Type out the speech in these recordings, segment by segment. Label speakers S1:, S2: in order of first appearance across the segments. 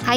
S1: Hi,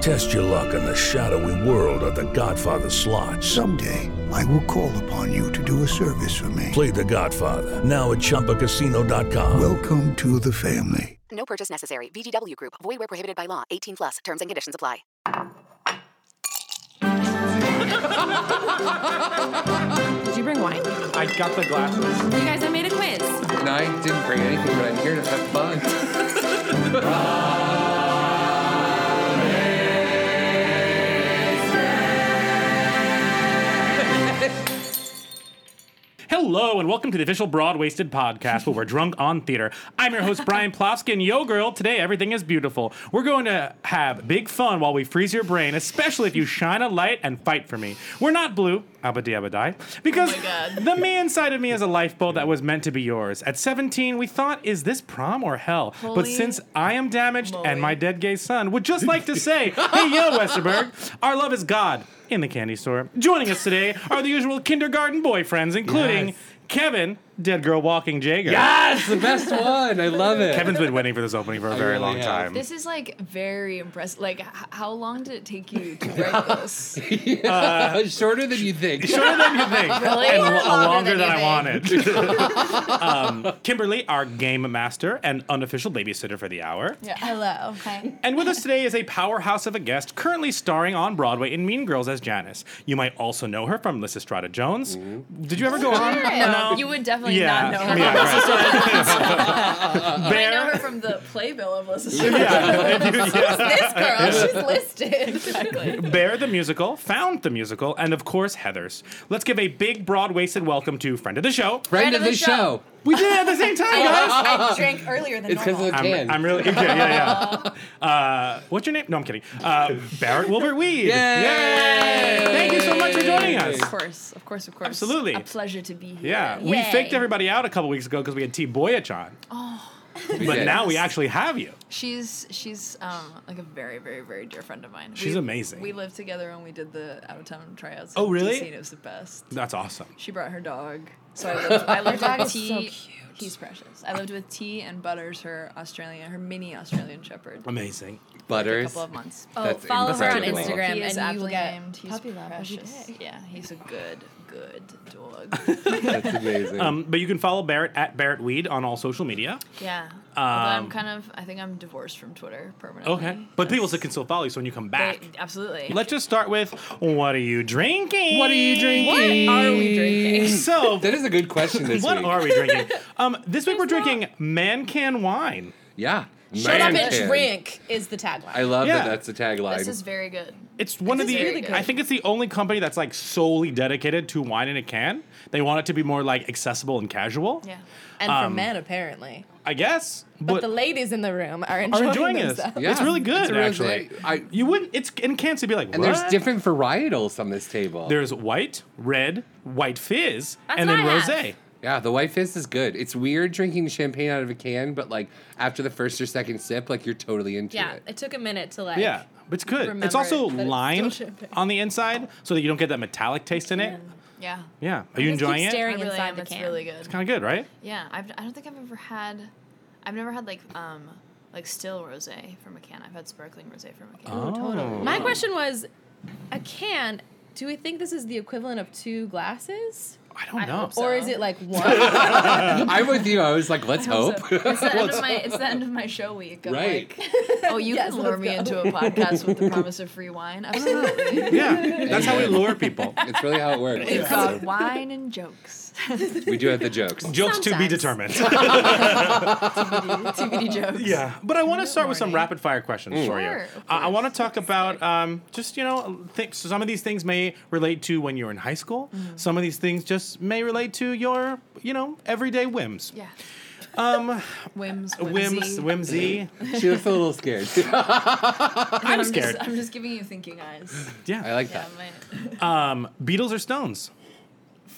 S2: Test your luck in the shadowy world of the Godfather slot.
S3: Someday, I will call upon you to do a service for me.
S2: Play the Godfather, now at Chumpacasino.com.
S3: Welcome to the family.
S4: No purchase necessary. VGW Group. Void where prohibited by law. 18 plus. Terms and conditions apply.
S5: Did you bring wine?
S6: I got the glasses.
S5: You guys, I made a quiz.
S6: No, I didn't bring anything, but I'm here to have fun.
S7: Hello, and welcome to the official Broad Wasted podcast where we're drunk on theater. I'm your host, Brian Plofsky, and yo, girl, today everything is beautiful. We're going to have big fun while we freeze your brain, especially if you shine a light and fight for me. We're not blue, abadi abadai, because the me inside of me is a lifeboat that was meant to be yours. At 17, we thought, is this prom or hell? but
S5: Holy
S7: since I am damaged and my dead gay son would just like to say, hey, yo, Westerberg, our love is God in the candy store. Joining us today are the usual kindergarten boyfriends, including Kevin, Dead Girl Walking Jager.
S6: Yes, the best one. I love it.
S7: Kevin's been waiting for this opening for a very
S6: really
S7: long
S6: have.
S7: time.
S8: This is like very impressive. Like, h- how long did it take you to write this?
S6: Shorter than you think.
S7: Uh, Shorter than you think.
S8: Really?
S7: And lo-
S8: Longer
S7: longer than
S8: than you
S7: I wanted. um, Kimberly, our game master and unofficial babysitter for the hour.
S8: Hello. Okay.
S7: And with us today is a powerhouse of a guest currently starring on Broadway in Mean Girls as Janice. You might also know her from Liz Estrada Jones. Did you ever go on?
S8: No, you would definitely
S7: yeah.
S8: not know her.
S7: yeah, right.
S8: I
S7: Bear.
S8: know her from the playbill of Liz.
S7: Yeah.
S8: This girl, she's listed. Exactly.
S7: Bear the musical, Found the musical, and of course Heather's. Let's give a big broad waisted welcome to friend of the show.
S6: Friend of the show.
S7: We did it at the same time, guys.
S8: I drank earlier than
S6: It's because of the
S7: I'm,
S6: can.
S7: I'm really yeah, yeah, yeah. Uh, what's your name? No, I'm kidding. Uh, Barrett Wilbert Weed. Yay! Thank you so much for joining us.
S8: Of course, of course, of course.
S7: Absolutely.
S8: A pleasure to be here.
S7: Yeah, we faked everybody out a couple weeks ago because we had T. Boyich on,
S6: We
S7: but
S6: did.
S7: now we actually have you.
S8: Oh, She's she's um like a very very very dear friend of mine.
S7: She's
S8: We-
S7: amazing.
S8: We lived together when we did the out of town tryouts.
S7: Oh,
S8: in
S7: really?
S8: DC, and it was the best.
S7: That's awesome.
S8: She brought her dog. So I lived, I lived
S9: dog
S8: with
S9: is so
S8: T. He's precious. I lived with T and Butters, her Australian, her mini Australian Shepherd. for
S7: Amazing.
S8: A
S6: Butters.
S8: couple of months.
S5: Oh,
S6: That's
S5: follow her on
S6: incredible.
S5: Instagram,
S8: he is
S5: and you will
S8: aptly
S5: get
S8: named. He's
S5: puppy love every
S8: precious.
S5: day.
S8: Yeah, he's a good, good dog.
S6: That's amazing.
S7: Um, but you can follow Barrett at Barrett Weed on all social media.
S8: yeah. Although
S6: Um,
S8: I'm kind of, I think I'm divorced from Twitter permanently.
S7: Okay, but people still can still follow you. So when you come
S8: They-
S7: back,
S8: absolutely.
S7: let's just start with what are you drinking?
S6: what are you drinking?
S8: What are we drinking?
S7: So
S6: That is a good question this
S7: what
S6: week.
S7: are we drinking? Um, this week we're drinking man can wine.
S6: yeah.
S5: Shut up
S6: Man
S5: and
S6: can.
S5: drink is the tagline.
S6: I love
S7: Yeah.
S6: that that's the tagline.
S8: This is very good.
S7: It's one of
S8: This
S7: the.
S8: is really good.
S7: I think it's the only company that's like solely dedicated to wine in a can. They want it to be more like accessible and casual.
S8: Yeah.
S5: and
S7: Um,
S5: for men, apparently.
S7: I guess.
S5: But,
S7: But,
S5: the ladies in the room are enjoying,
S7: are enjoying this.
S5: themselves.
S6: Yeah.
S7: It's really good
S6: It's really
S7: actually.
S6: good. I-
S7: you wouldn't. It's in cans. You'd be like,
S6: and
S7: what?
S6: there's different varietals on this table.
S7: There's white, red, white fizz,
S8: That's
S7: and
S8: what
S7: then
S8: I
S7: rosé.
S8: have.
S6: Yeah, the white fizz is good. It's weird drinking champagne out of a can, but like after the first or second sip, like you're totally into
S5: Yeah,
S6: it.
S5: it took a minute to like.
S7: Yeah, but it's good. It's
S5: remember
S7: also
S5: that it's still
S7: lime
S5: champagne.
S7: on the inside so that you don't get that metallic taste in it.
S8: Yeah.
S7: Yeah. Are you
S5: just keep
S7: enjoying it?
S5: staring
S8: I really
S5: inside
S8: am.
S5: the
S8: It's
S5: can.
S8: really good.
S7: Kind of good, right?
S8: Yeah, I've, I don't think I've ever had. I've never had like um like still rosé from a can. I've had sparkling rosé from a can.
S5: Oh,
S7: Oh,
S6: Oh.
S7: totally.
S5: My question was, a can. Do we think this is the equivalent of two glasses?
S7: I don't know.
S5: Or is it like one?
S6: I'm with you. I was like, let's hope.
S8: It's the,
S6: Well,
S8: end of my, it's the end of my show week. I'm
S6: Right.
S8: like, oh, you
S5: Yes,
S8: can lure
S5: let's
S8: me
S5: go.
S8: into a podcast with the promise of free wine. Absolutely.
S7: yeah, that's how we lure people.
S6: It's really how it works.
S8: It's called wine and jokes.
S6: We do have the jokes.
S7: Jokes to be determined.
S8: TBD, TBD jokes.
S7: Yeah, but I want to start with some rapid fire questions
S8: Mm.
S7: for you.
S8: Sure, of
S7: Uh, I want to talk about um, just you know th- some of these things may relate to when you're in high school. Some of these things just may relate to your you know everyday whims.
S8: Yeah.
S7: Um,
S8: Whims.
S7: whims,
S8: Whimsy.
S7: whimsy.
S6: She looks a little scared.
S7: I'm scared.
S8: Just, I'm just giving you thinking eyes.
S7: yeah, I like
S8: Yeah, my-
S7: Um, Beatles or Stones?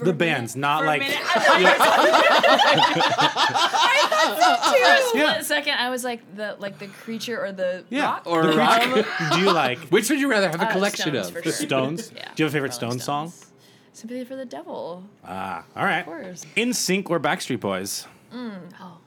S7: the bands, not
S8: for a
S7: like.
S8: minute, I thought so too. For a
S7: Yeah.
S8: split second, I was like the like the creature or the
S7: yeah,
S8: rock. Um,
S7: or
S8: The
S7: rock.
S8: creature.
S7: Do you like
S6: Which would you rather have a
S8: Uh,
S6: collection
S8: Stones
S6: of?
S8: for
S7: the
S8: sure.
S7: Stones?
S8: Yeah, Oh,
S7: Do you have a favorite Stones, song?
S8: Sympathy for the Devil.
S7: Ah, all right.
S8: course.
S7: In Sync or Backstreet Boys?
S8: Mm. Oh,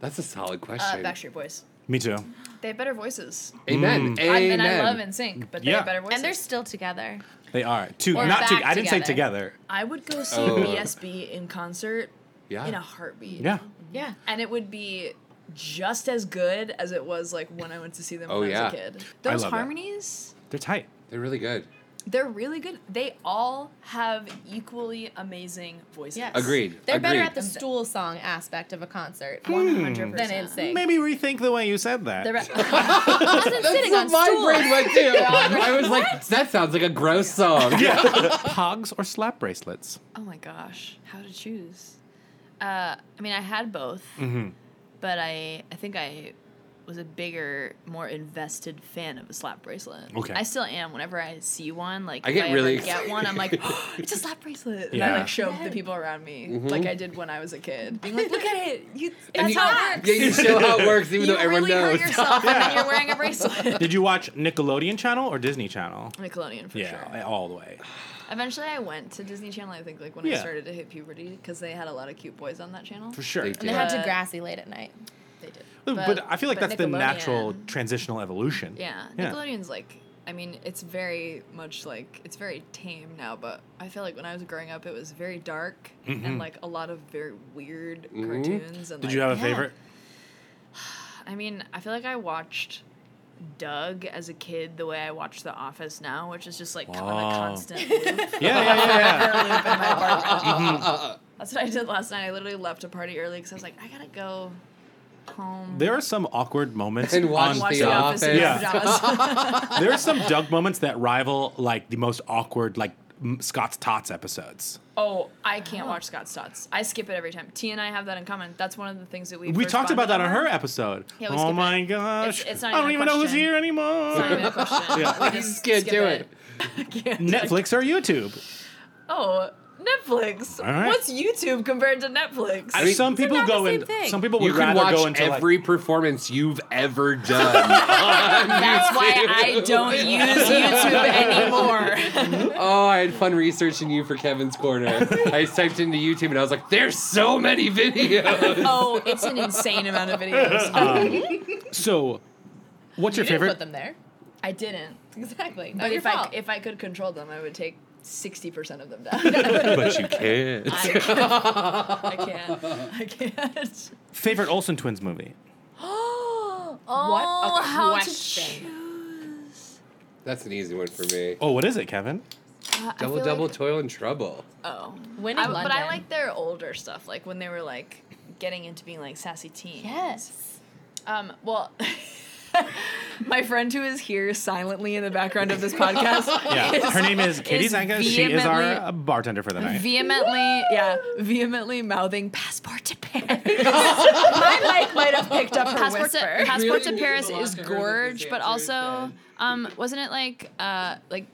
S6: That's a solid
S8: uh,
S6: question.
S8: Backstreet Boys.
S7: Me too.
S8: They have better voices.
S6: Amen.
S8: I-
S6: Amen.
S8: and I love NSYNC, but they
S7: Yeah.
S8: have better voices.
S10: And they're still together.
S7: They are two,
S8: Or
S7: not two.
S8: back
S7: I didn't say
S8: together.
S7: together.
S8: I would go see
S6: Oh.
S8: BSB in concert
S6: Yeah.
S8: in a heartbeat.
S7: Yeah.
S8: Yeah. And it would be just as good as it was like when I went to see them
S6: Oh,
S8: when I
S6: yeah.
S8: was a kid.
S7: I
S8: Those
S7: love that.
S8: harmonies,
S7: They're tight.
S6: They're really good.
S8: they're really good. They all have equally amazing voices.
S5: Yes.
S6: Agreed.
S5: They're
S6: Agreed.
S5: better at the stool song aspect of a concert
S8: Hmm. 100%.
S5: than insane.
S7: Maybe rethink the way you said that.
S8: They're
S5: wasn't sitting on
S6: My
S5: stools.
S6: brain went too. I was like, that sounds like a gross song.
S7: Pogs or slap bracelets?
S8: Oh my gosh, how to choose? Uh, I mean, I had both,
S6: Mm-hmm.
S8: but I I think I was a bigger, more invested fan of a slap bracelet.
S7: Okay.
S8: I still am. Whenever I see one, like
S6: I
S8: if
S6: get really
S8: ever get one, I'm like, "Oh, it's a slap bracelet, and I
S7: Yeah.
S8: like show the people around me,
S6: Mm-hmm.
S8: like I did when I was a kid, being like, look at it, you,
S6: And
S8: that's
S6: you,
S8: how it works.
S6: Yeah, you show how it works, even
S8: you
S6: though everyone
S8: really
S6: knows.
S8: hurt yourself when you're wearing a bracelet.
S7: Did you watch Nickelodeon channel or Disney Channel?
S8: Nickelodeon for sure.
S7: Yeah, all the way.
S8: Eventually, I went to Disney Channel. I think like when I
S7: Yeah.
S8: started to hit puberty, because they had a lot of cute boys on that channel.
S7: For sure.
S6: They
S5: They
S6: did.
S5: had
S8: But-
S5: Degrassi late at night.
S8: They did.
S7: But, I feel like
S8: but
S7: that's the natural
S8: Nickelodeon-
S7: transitional evolution.
S8: Yeah, Nickelodeon's like. I mean, it's very much like it's very tame now, but I feel like when I was growing up, it was very dark and like a lot of very weird cartoons.
S7: Mm-hmm.
S8: And
S7: Did you
S8: like-
S7: have a
S8: Yeah.
S7: favorite?
S8: I mean, I feel like I watched Doug as a kid the way I watch The Office now, which is just like on a
S7: Wow.
S8: constant loop.
S7: Yeah, yeah, Mm-hmm. yeah. yeah.
S8: Loop in my apartment. That's what I did last night. I literally left a party early because I was like, I gotta go home.
S7: There are some awkward moments
S6: And watch
S7: on
S8: watch
S6: The
S8: The
S7: Doug.
S8: Office. in
S6: Office.
S8: my
S7: Yeah.
S8: pajamas.
S7: There are some Doug moments that rival like the most awkward like m- Scott's Tots episodes.
S8: Oh, I can't watch Scott Stotts. I skip it every time. T and I have that in common. That's one of the things that we
S7: We
S8: first
S7: talked about
S8: bonded
S7: that on her episode.
S8: Yeah, we
S7: oh
S8: skip
S7: my
S8: it.
S7: gosh.
S8: It's- it's not
S7: I don't
S8: even
S7: even
S8: a
S7: know who's
S8: question.
S7: here anymore.
S8: It's not even a question.
S7: Yeah.
S8: We
S6: You
S8: just
S6: can't
S8: skip
S6: do
S8: I can't.
S7: Netflix or YouTube?
S8: Oh, Netflix.
S7: All right.
S8: What's YouTube compared to Netflix?
S7: I mean, some
S5: Isn't
S7: people
S5: that
S7: go
S5: the same
S7: in.
S5: thing?
S7: Some people would
S6: You can
S7: rather go
S6: watch
S7: into like-
S6: every performance you've ever done.
S8: That's why I don't use YouTube anymore.
S6: oh, I had fun researching you for Kevin's Corner. I typed into YouTube and I was like, there's so many videos.
S8: oh, it's an insane amount of videos. Um,
S7: so, what's your
S5: You didn't
S7: Uh, favorite?
S5: put them there.
S8: I didn't.
S5: Exactly.
S8: But
S5: Not your
S8: if I
S5: fault.
S8: if I could control them, I would take sixty percent of them down.
S6: but you can't.
S8: I can't. I can't. I can't.
S7: Favorite Olsen twins movie?
S8: oh,
S5: What a
S8: how
S5: question.
S8: to choose.
S6: That's an easy one for me.
S7: Oh, what is it, Kevin?
S8: Uh, I
S6: Double,
S8: feel
S6: double
S8: Like,
S6: toil and trouble.
S8: oh,
S5: When
S8: I,
S5: in
S8: but I
S5: London.
S8: like their older stuff, like when they were like getting into being like sassy teens.
S5: Yes.
S8: Um. Well. My friend who is here silently in the background of this podcast
S7: Yeah, her name is Katie
S8: is
S7: Zanka. She is our
S8: vehemently-
S7: uh, bartender for the night.
S8: vehemently, yeah, vehemently mouthing "passport to Paris." My mic might have picked up her passport whisper. To, passport
S6: Really
S8: to
S6: need to
S8: Paris
S6: belong
S8: is
S6: to her that
S8: gorge,
S6: this
S8: but
S6: answer is bad.
S8: also, um, wasn't it like, uh, like,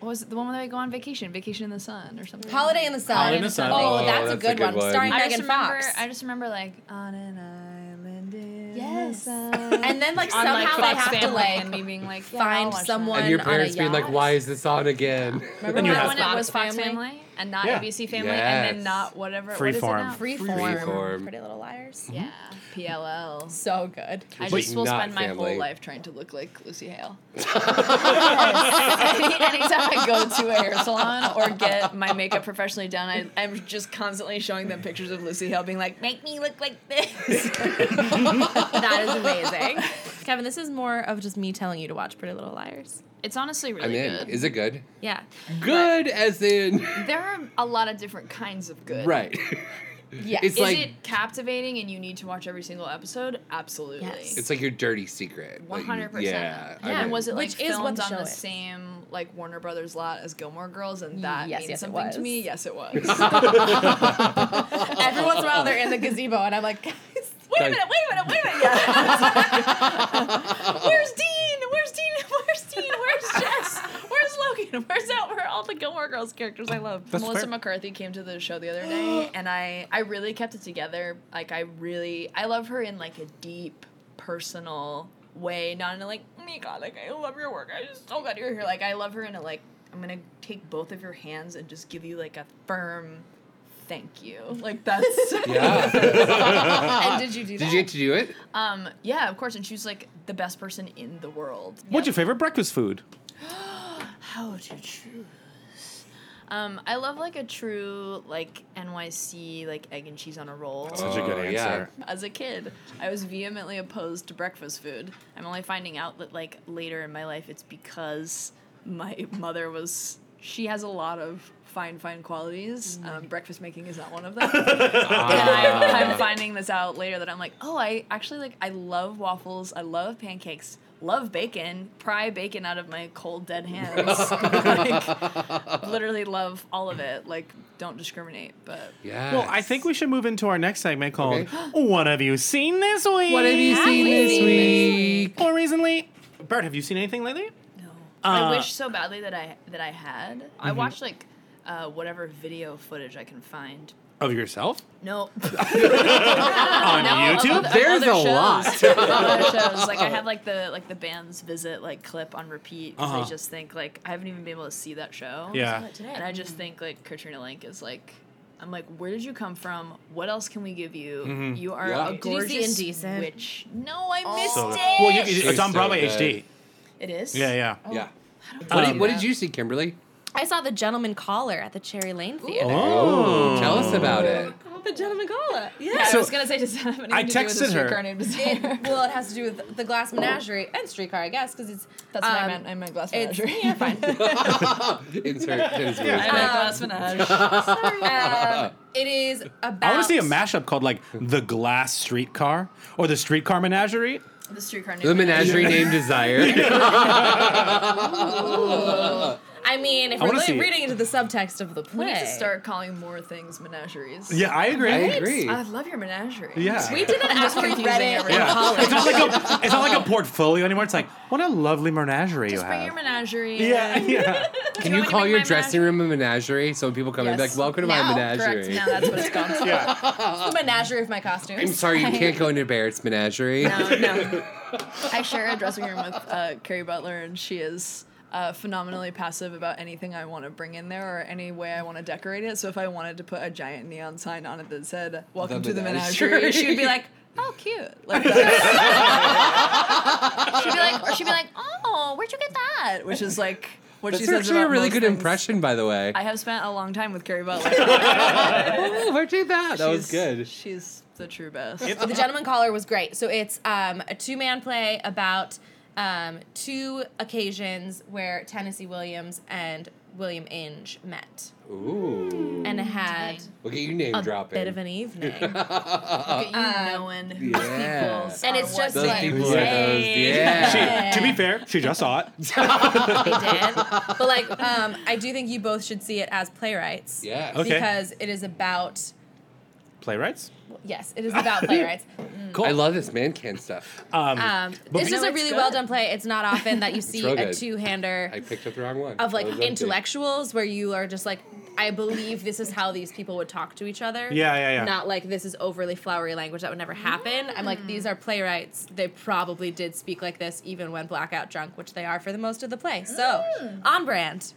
S8: what was it, the one where they go on vacation, vacation in the sun or something?
S5: Holiday in the Sun.
S7: Holiday in the Sun.
S5: Oh,
S6: Oh,
S5: that's, a good one. Starring
S8: I just
S5: Megan
S8: remember,
S5: Fox.
S8: I just remember like on an island in the
S5: Yes.
S8: sun.
S5: and then like
S8: on like
S5: somehow
S8: Fox
S5: they have
S8: Family
S5: to like
S8: and me being like yeah, I'll
S5: find
S8: watch that.
S5: someone
S6: And your
S5: on a
S6: parents being like,
S5: yacht.
S6: why is this on again?
S5: Remember
S7: And you
S5: when
S7: have-
S8: When it was Fox Family. and not
S7: Yeah.
S8: ABC Family, and
S7: Yes.
S8: then not whatever.
S7: Freeform.
S8: What is it
S7: Freeform.
S8: now?
S6: Um,
S7: Freeform.
S8: Pretty Little Liars. Yeah, PLL. So good. I
S7: Which
S8: just
S7: is
S8: will
S7: not
S8: spend my
S7: family.
S8: whole life trying to look like Lucy Hale. Any, anytime I go to a hair salon or get my makeup professionally done, I, I'm just constantly showing them pictures of Lucy Hale, being like, "Make me look like this."
S5: that is amazing. Kevin, this is more of just me telling you to watch Pretty Little Liars.
S8: It's honestly really
S6: I'm in.
S8: good.
S6: Is it good?
S5: Yeah.
S6: Good as in
S8: There are a lot of different kinds of good.
S6: right.
S8: Yeah.
S6: It's
S8: is
S6: like-
S8: it captivating and you need to watch every single episode? Absolutely.
S6: It's like your dirty secret. Like,
S8: One
S6: you-
S8: hundred percent.
S6: Yeah. I'm in.
S8: And was it like
S5: Which is what
S8: filmed
S5: the
S8: on the
S5: show is.
S8: same like Warner Brothers lot as Gilmore Girls, and that
S5: Yes,
S8: means
S5: yes, it
S8: something
S5: was.
S8: to me? Yes, it was.
S5: Every once in a while they're in the gazebo and I'm like, guys, wait a
S6: Guys.
S5: minute, wait a minute, wait a minute. Yeah. Where's Dean? Where's Dean? Where's Dean? Where's Jess? Where's Logan? Where's out? Where are all the Gilmore Girls characters I love?
S8: Melissa McCarthy came to the show the other day, and I I really kept it together. Like I really I love her in like a deep personal way, not in a like oh my god, like I love your work. I just so glad you're here. Like I love her in a like I'm gonna take both of your hands and just give you like a firm thank you. Like that's
S6: Yeah.
S8: and did you do that?
S6: Did you get to do it?
S8: Um, yeah, of course. And she was like the best person in the world.
S7: What's your favorite breakfast food?
S8: How would you choose? Um, I love like a true like NYC like egg and cheese on a roll.
S7: Such a good Oh, yeah. answer.
S8: As a kid, I was vehemently opposed to breakfast food. I'm only finding out that like later in my life, it's because my mother was. She has a lot of fine, fine qualities.
S7: Mm.
S8: Um, breakfast making is not one of them. and
S7: Ah.
S8: I'm, I'm finding this out later that I'm like, oh, I actually like I love waffles. I love pancakes. Love bacon. Pry bacon out of my cold dead hands. like, literally love all of it. Like don't discriminate. But
S6: Yeah.
S7: Well, I think we should move into our next segment called What Have You Seen This Week?
S6: What have you seen this week?
S7: Or recently, Bert, have you seen anything lately?
S8: I
S7: Uh,
S8: wish so badly that I that I had. I
S7: Mhm.
S8: watched like uh, whatever video footage I can find.
S7: Of yourself?
S8: No.
S7: On YouTube? There's a lot.
S8: other shows. Like I have like the like the band's visit like clip on repeat because
S7: Uh-huh.
S8: I just think like I haven't even been able to see that show.
S7: Yeah. I saw it today.
S8: And I just think like Katrina Link is like. I'm like, where did you come from? What else can we give you?
S7: Mhm.
S8: You are
S7: Yeah.
S8: a
S7: Did you
S8: gorgeous
S7: see
S5: Indecent?
S8: witch. No, I missed
S7: So-
S8: it.
S7: well, you, it's
S6: She's
S7: on
S6: so
S7: Broadway
S6: good.
S7: HD.
S8: It is.
S7: Yeah, yeah.
S6: Yeah. What, did,
S5: do
S6: what
S5: that.
S6: did you see, Kimberly?
S5: I saw the gentleman caller at the Cherry Lane Theater.
S6: Oh. Tell us about it.
S5: The gentleman caller.
S8: Yeah, I was gonna say does that have anything
S7: I
S8: to do with the
S7: texted her.
S8: streetcar named Desire?
S5: It- well, it has to do with the Glass Menagerie and Streetcar, I guess, because it's um,
S8: That's what I meant. I meant Glass Menagerie.
S5: Yeah, fine.
S6: Insert Tim's
S8: Yeah, I meant Glass Menage. Sorry.
S5: Um, it is about.
S7: I want to see a mashup called like The Glass Streetcar or The Streetcar Menagerie.
S8: The streetcar named
S6: The menagerie
S7: Yeah.
S6: named Desire.
S5: I mean, if
S7: I
S5: we're
S7: wanna
S5: li-
S7: see it.
S5: reading into the subtext of the play,
S8: We need to start calling more things menageries.
S7: Yeah, I agree. I agree.
S8: I love your menagerie.
S7: Yeah. We
S5: did that after we read it in
S7: Yeah. It's not like a it's not like a portfolio anymore. It's like what a lovely menagerie
S8: Just
S7: you
S8: bring your
S7: have.
S8: menagerie.
S7: yeah, yeah.
S6: Can you call your dressing room a menagerie so when people come in and be like, welcome to my menagerie?
S5: Now that's what it's called.
S7: yeah.
S5: It's the menagerie of my costumes.
S6: I'm sorry, you can't go into Barrett's menagerie.
S8: No, no. I share a dressing room with uh, Carrie Butler, and she is uh, phenomenally passive about anything I want to bring in there or any way I want to decorate it. So if I wanted to put a giant neon sign on it that said "Welcome
S6: The
S8: to the
S6: menagerie."
S8: Menagerie," she would be like, "How cute!" Like, that's- she'd be like, or she'd be like, "Oh, where'd you get that?" Which is like what
S6: That's
S8: she says
S6: actually a
S8: about
S6: really
S8: most
S6: good
S8: things.
S6: impression, by the way.
S8: I have spent a long time with Carrie Butler.
S6: Oh, where'd you that? That was
S8: She's-
S6: good.
S8: She's the true best.
S5: the gentleman caller was great. So it's um, a two-man play about um, two occasions where Tennessee Williams and William Inge met
S6: Ooh.
S5: and had
S6: Look at you name
S5: a
S6: dropping.
S5: bit of an evening.
S8: Look at you knowing who
S6: Yeah.
S8: these people
S5: uh, And it's just
S6: Those
S5: like
S6: people are those. Yeah.
S7: She, to be fair, she just saw it.
S5: they did. But like, um, I do think you both should see it as playwrights.
S6: Yes.
S7: Okay.
S5: Because it is about
S7: Playwrights.
S5: yes, it is about playwrights.
S6: I love this man can stuff.
S7: Um,
S5: Um,
S7: But
S5: it's
S7: we-
S5: just
S7: No,
S5: a
S7: it's
S5: really
S7: good.
S5: well done play. It's not often that you see
S6: real
S5: a
S6: good.
S5: two-hander
S6: I picked up the wrong one.
S5: of like
S6: That was empty.
S5: intellectuals where you are just like, I believe this is how these people would talk to each other.
S7: Yeah, yeah, yeah.
S5: Not like this is overly flowery language that would never happen. I'm like, these are playwrights. They probably did speak like Mm. this even when blackout drunk, which they are for the most of the play. So on brand.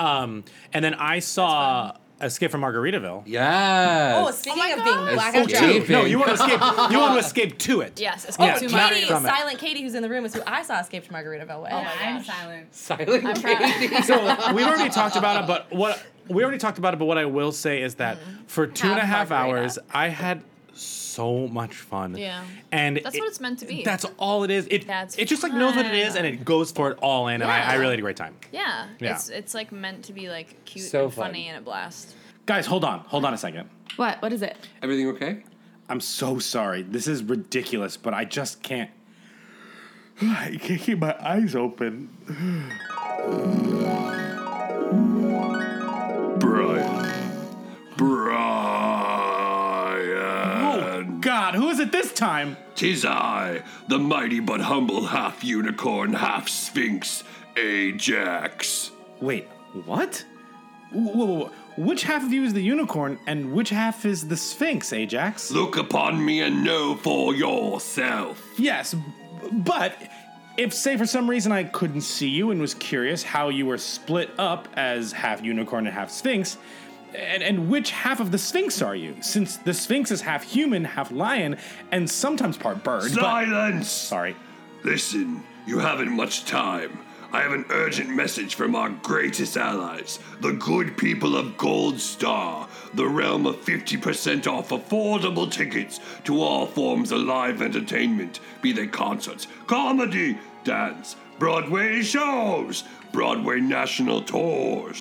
S7: Um, and then I saw a skit from Margaritaville.
S6: Yeah.
S5: Oh, speaking of being black out drunk.
S7: No, you want to escape. You want to escape to it.
S5: Yes,
S7: Yeah,
S5: Escape to
S7: not
S5: Katie,
S7: from it.
S5: Silent Katie, who's in the room, is who I saw Escape to Margaritaville with. Oh, I'm silent.
S6: Silent
S5: I'm
S6: Katie.
S7: so we've already talked about it, but what we already talked about it, but what I will say is that
S5: Mm-hmm.
S7: for two and a half hours, I had so much fun.
S8: Yeah.
S7: And
S8: That's
S7: it-
S8: what it's meant to be.
S7: That's all it is. It
S8: That's
S7: it just like knows what it is and it goes for it all in, and I, I
S8: Yeah.
S7: really had a great time.
S8: Yeah.
S7: Yeah.
S8: It's it's like meant to be like cute
S7: So
S8: and
S7: fun.
S8: funny and a blast.
S7: Guys, hold on, hold on a second.
S8: What? What is it?
S6: Everything okay?
S7: I'm so sorry. This is ridiculous, but I just can't. I can't keep my eyes open.
S9: Brian. Brian.
S7: Oh, God, who is it this time?
S9: Tis I, the mighty but humble half unicorn, half sphinx, Ajax.
S7: Wait, what? Whoa, whoa, whoa. Which half of you is the unicorn, and which half is the Sphinx, Ajax?
S9: Look upon me and know for yourself.
S7: Yes, b- but if, say, for some reason I couldn't see you and was curious how you were split up as half unicorn and half sphinx, and, and which half of the sphinx are you? Since the sphinx is half human, half lion, and sometimes part bird. but-
S9: Silence!
S7: Sorry.
S9: Listen, you haven't much time. I have an urgent message from our greatest allies, the good people of Gold Star, the realm of 50% off affordable tickets to all forms of live entertainment, be they concerts, comedy, dance, Broadway shows, Broadway national tours.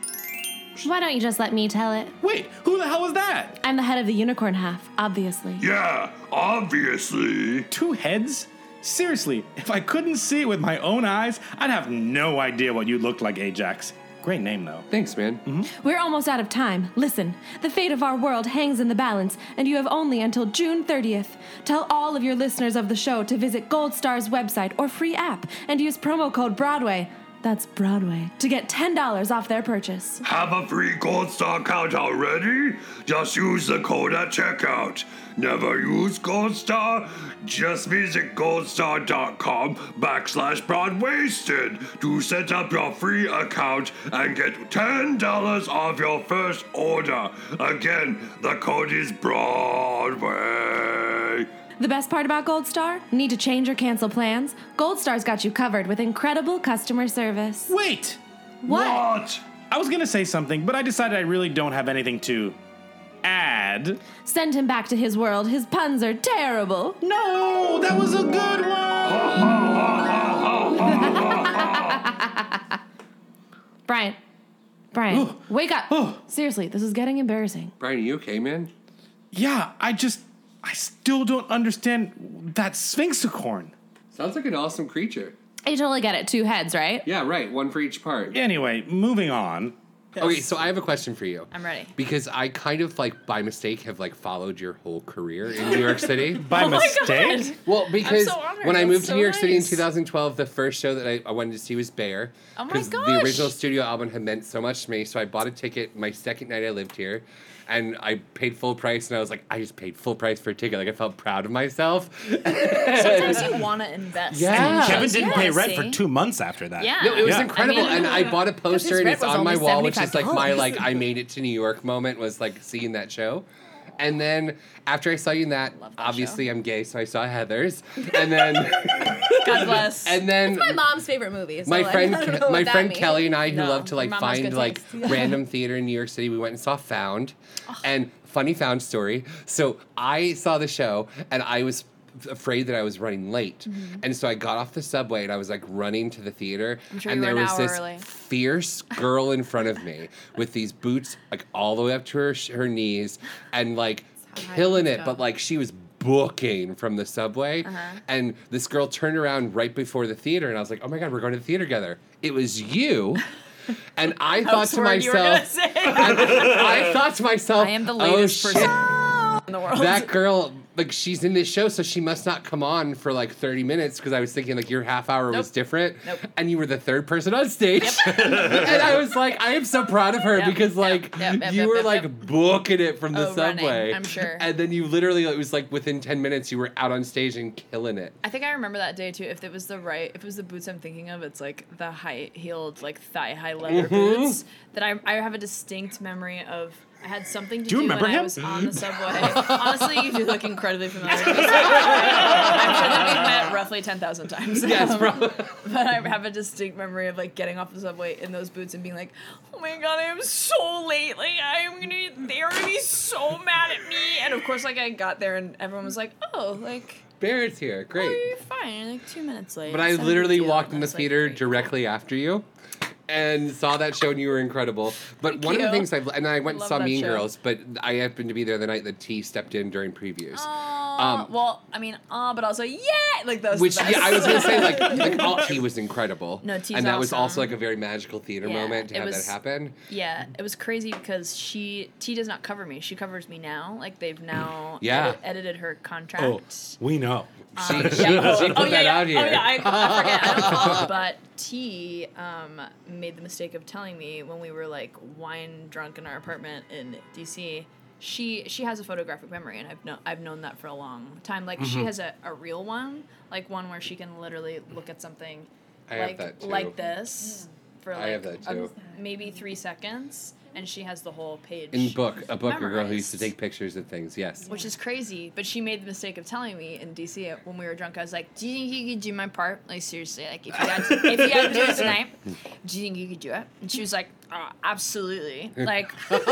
S11: Why don't you just let me tell it?
S7: Wait, who the hell was that?
S11: I'm the head of the unicorn half, obviously.
S9: Yeah, obviously.
S7: Two heads? Seriously, if I couldn't see it with my own eyes, I'd have no idea what you looked like, Ajax. Great name, though. Mm-hmm.
S6: Thanks, man.
S11: We're almost out of time. Listen, the fate of our world hangs in the balance, and you have only until June 30th. Tell all of your listeners of the show to visit Gold Star's website or free app and use promo code Broadway. That's Broadway to get $10 off their purchase.
S9: Have a free Gold Star account already? Just use the code at checkout. Never use Gold Star? Just visit goldstar.com backslash broadwasted to set up your free account and get $10 off your first order. Again, the code is Broadway.
S11: The best part about Gold Star? Need to change or cancel plans? Gold Star's got you covered with incredible customer service.
S7: Wait!
S11: What?
S7: I was gonna say something, but I decided I really don't have anything to add.
S11: Send him back to his world. His puns are terrible.
S7: No, that was a good
S11: Brian, Brian, wake up. Seriously, this is getting embarrassing.
S6: Brian, are you okay, man?
S7: Yeah, I just, I still don't understand that sphinxicorn.
S6: Sounds like an awesome creature.
S11: You totally get it. Two heads, right?
S6: Yeah, right. One for each part.
S7: Anyway, moving on.
S6: Okay, so I have a question for you.
S8: I'm ready.
S6: Because I kind of like by mistake have like followed your whole career in New York City.
S7: By Oh my mistake? God.
S6: Well,
S7: I'm
S6: because
S7: so honored.
S6: when I
S7: That's
S6: moved
S7: so
S6: to New York City in
S7: nice.
S6: 2012, the first show that I, I wanted to see was Bear.
S7: Oh my
S6: 'cause The
S7: gosh.
S6: original studio album had meant so much to me, so I bought a ticket my second night I lived here. And I paid full price, and I was like, I just paid full price for a ticket. Like I felt proud of myself.
S8: Sometimes you want to invest.
S7: And
S8: in
S7: Kevin
S8: shows.
S7: didn't
S8: Yeah,
S7: pay rent for
S8: see?
S7: two months after that.
S8: Yeah.
S6: No, it was
S7: Yeah.
S6: incredible,
S8: I mean-
S6: and I bought a poster,
S8: his
S6: and
S8: rent
S6: it's
S8: was
S6: on my
S8: only
S6: wall, which is like my
S8: $75.
S6: like I made it to New York moment was like seeing that show. And then after I saw you in that, obviously I'm gay, so I saw Heather's, and then
S5: God bless.
S6: And then
S5: it's my mom's favorite movie. so,
S6: my
S5: like,
S6: friend
S5: I don't know
S6: my
S5: what that
S6: friend
S5: means.
S6: Kelly and I who
S5: No,
S6: love to
S5: your
S6: like
S5: mom has
S6: find
S5: good
S6: like
S5: taste.
S6: random theater in New York City we went and saw Found and funny found story so I saw the show and I was f- afraid that I was running late
S5: Mm-hmm.
S8: Mhm.
S6: and so I got off the subway and I was like running to the theater
S8: I'm sure
S6: and
S8: you were
S6: there
S8: an
S6: was
S8: hour
S6: this
S8: early.
S6: fierce girl in front of me with these boots like all the way up to her sh- her knees and like killing it but like she was booking from the subway
S8: Uh-huh.
S6: and this girl turned around right before the theater, and I was like, "Oh my god, we're going to the theater together." It was you, and I thought to
S8: Word you were gonna
S6: myself,
S8: say.
S6: I thought to myself,
S8: I am the
S6: "Oh,
S8: latest
S6: shit."
S8: person in the world.
S6: That girl like she's in this show, so she must not come on for like 30 minutes because I was thinking like your half hour was different.
S8: Nope.
S6: And you were the third person on stage. and I was like, I am so proud of her
S8: Yep,
S6: because like
S8: yep, yep,
S6: you
S8: yep,
S6: were
S8: yep,
S6: like
S8: yep.
S6: booking it from the
S8: Oh, running,
S6: subway.
S8: I'm sure.
S6: And then you literally it was like within 10 minutes you were out on stage and killing it.
S8: I think I remember that day too. If it was the right, if it was the boots I'm thinking of, it's like the high heeled, like thigh high leather
S6: Mhm.
S8: boots that I, I have a distinct memory of. I had something to
S7: Do you remember
S8: when I
S7: him?
S8: was on the subway. Honestly, you do look incredibly familiar. I'm sure that we've met roughly ten thousand times.
S6: Yes,
S8: But I have a distinct memory of like getting off the subway in those boots and being like, "Oh my god, I am so late! Like I'm gonna, they are gonna be so mad at me!" And of course, like I got there and everyone was like, "Oh, like."
S6: Barrett's here. Great.
S8: You're fine. Like two minutes late.
S6: But I
S8: It's not a
S6: literally
S8: big deal.
S6: walked in
S8: And
S6: the
S8: I was like,
S6: theater directly after you and saw that show and you were incredible. But one of the
S8: you.
S6: things I've and I went and
S8: Love
S6: saw
S8: that
S6: Mean
S8: show.
S6: Girls, but I happened to be there the night that T stepped in during previews. Um,
S8: "Aw," well, I mean, ah, but also, yeah, like those.
S6: which yeah, I was gonna say like, like all, he was incredible.
S8: No, T's
S6: and that was also
S8: awesome.
S6: like a very magical theater
S8: Yeah,
S6: moment to
S8: it
S6: have
S8: was-
S6: that happen.
S8: Yeah, it was crazy because she T does not cover me. She covers me now. Like they've now
S6: Yeah.
S8: edit- edited her contract.
S7: Oh, we know.
S6: She, she,
S8: Yeah,
S6: she put
S8: oh, yeah,
S6: that
S8: yeah.
S6: out here.
S8: Oh, yeah, I, I forget. I don't follow. But T um, made the mistake of telling me when we were like wine drunk in our apartment in DC. She she has a photographic memory, and I've known I've known that for a long time. Like she
S6: Mhm.
S8: has a, a real one, like one where she can literally look at something
S6: I have
S8: like
S6: that too. Mm.
S8: like this for like
S6: I have that
S8: a-
S6: too.
S8: maybe three seconds, and she has the whole page
S6: In book, a book, a girl who used to
S8: memorized.
S6: take pictures of things. Yes.
S8: Which is crazy, but she made the mistake of telling me in DC when we were drunk. I was like, "Do you think you could do my part? Like seriously, like if you had to, if you had to do it tonight, do you think you could do it?" And she was like, oh, "Absolutely, like really,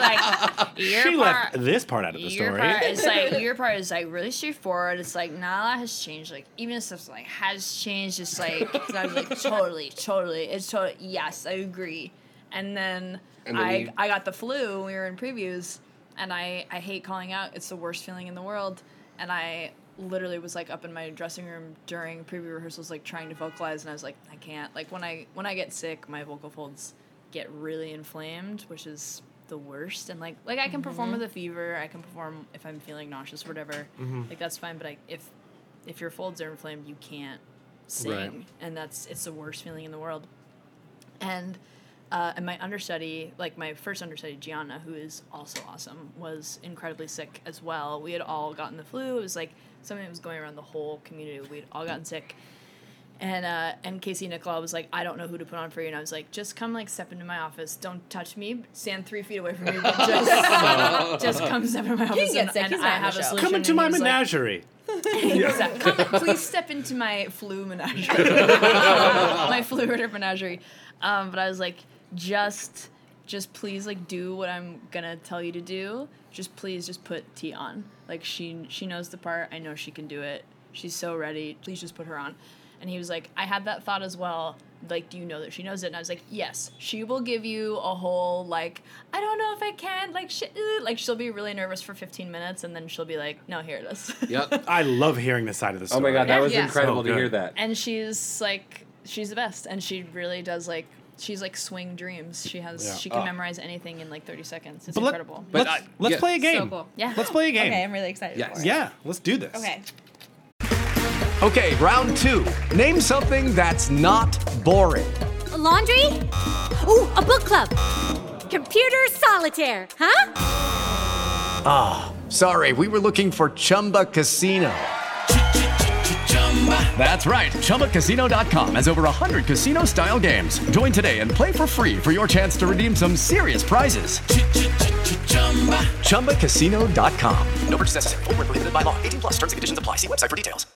S8: like your
S7: she
S8: part,
S7: left this part out of the
S8: your
S7: story.
S8: part is like your part is like really straightforward. It's like not a lot has changed. Like even if stuff like has changed. It's like and I was like totally, totally. It's totally yes, I agree. And then,
S6: And then
S8: I
S6: you-
S8: I got the flu. when We were in previews, and I I hate calling out. It's the worst feeling in the world. And I literally was like up in my dressing room during preview rehearsals, like trying to vocalize, and I was like, I can't. Like when I when I get sick, my vocal folds get really inflamed, which is the worst. And like like I can perform
S5: Mhm.
S8: with a fever. I can perform if I'm feeling nauseous, or whatever.
S5: Mhm.
S8: Like that's fine. But I if if your folds are inflamed, you can't sing,
S5: Right.
S8: and that's it's the worst feeling in the world. And uh, and my understudy, like my first understudy, Gianna, who is also awesome, was incredibly sick as well. We had all gotten the flu. It was like something that was going around the whole community. We'd all gotten sick. And uh, and Casey Nicola was like, I don't know who to put on for you, and I was like, just come like step into my office. Don't touch me. Stand three feet away from me. But just, just come step into my
S5: He can
S8: office.
S5: get
S8: and,
S5: sick.
S8: and
S5: He's
S8: I
S5: not in
S8: have
S5: the
S8: a
S5: show.
S8: solution.
S7: Come into
S8: And he
S7: my
S8: was like,
S7: menagerie.
S8: Exact- Come, please step into my flu menagerie. my flu ritter menagerie. Um, but I was like, just, just please, like, do what I'm gonna tell you to do. Just please, just put T on. Like, she she knows the part. I know she can do it. She's so ready. Please just put her on. And he was like, I had that thought as well. Like, do you know that she knows it? And I was like, yes, she will give you a whole like, I don't know if I can. Like, sh- uh," like she'll be really nervous for 15 minutes, and then she'll be like, no, here it is.
S6: Yep.
S7: I love hearing this side of the
S6: Oh
S7: story.
S6: my god, that was
S8: Yeah.
S6: incredible
S7: So
S6: to hear
S7: good.
S6: that.
S8: And she's like, she's the best, and she really does like, she's like swing dreams. She has,
S7: Yeah.
S8: she can
S7: Ah.
S8: memorize anything in like thirty seconds. It's
S7: But let-
S8: incredible.
S7: but
S6: uh,
S7: Let's- I- let's yeah. play a
S8: So
S7: game.
S8: cool. Yeah,
S7: Let's play a game. Okay, I'm
S8: really excited.
S7: Yeah, let's do this.
S8: Okay.
S12: Okay, round two. Name something that's not boring.
S13: A laundry? Ooh, a book club. Computer solitaire, huh?
S12: Ah, sorry, we were looking for Chumba Casino. That's right, ChumbaCasino.com has over 100 casino style games. Join today and play for free for your chance to redeem some serious prizes. ChumbaCasino.com. No purchase necessary, forward prohibited by law, 18 plus terms and conditions apply. See website for details.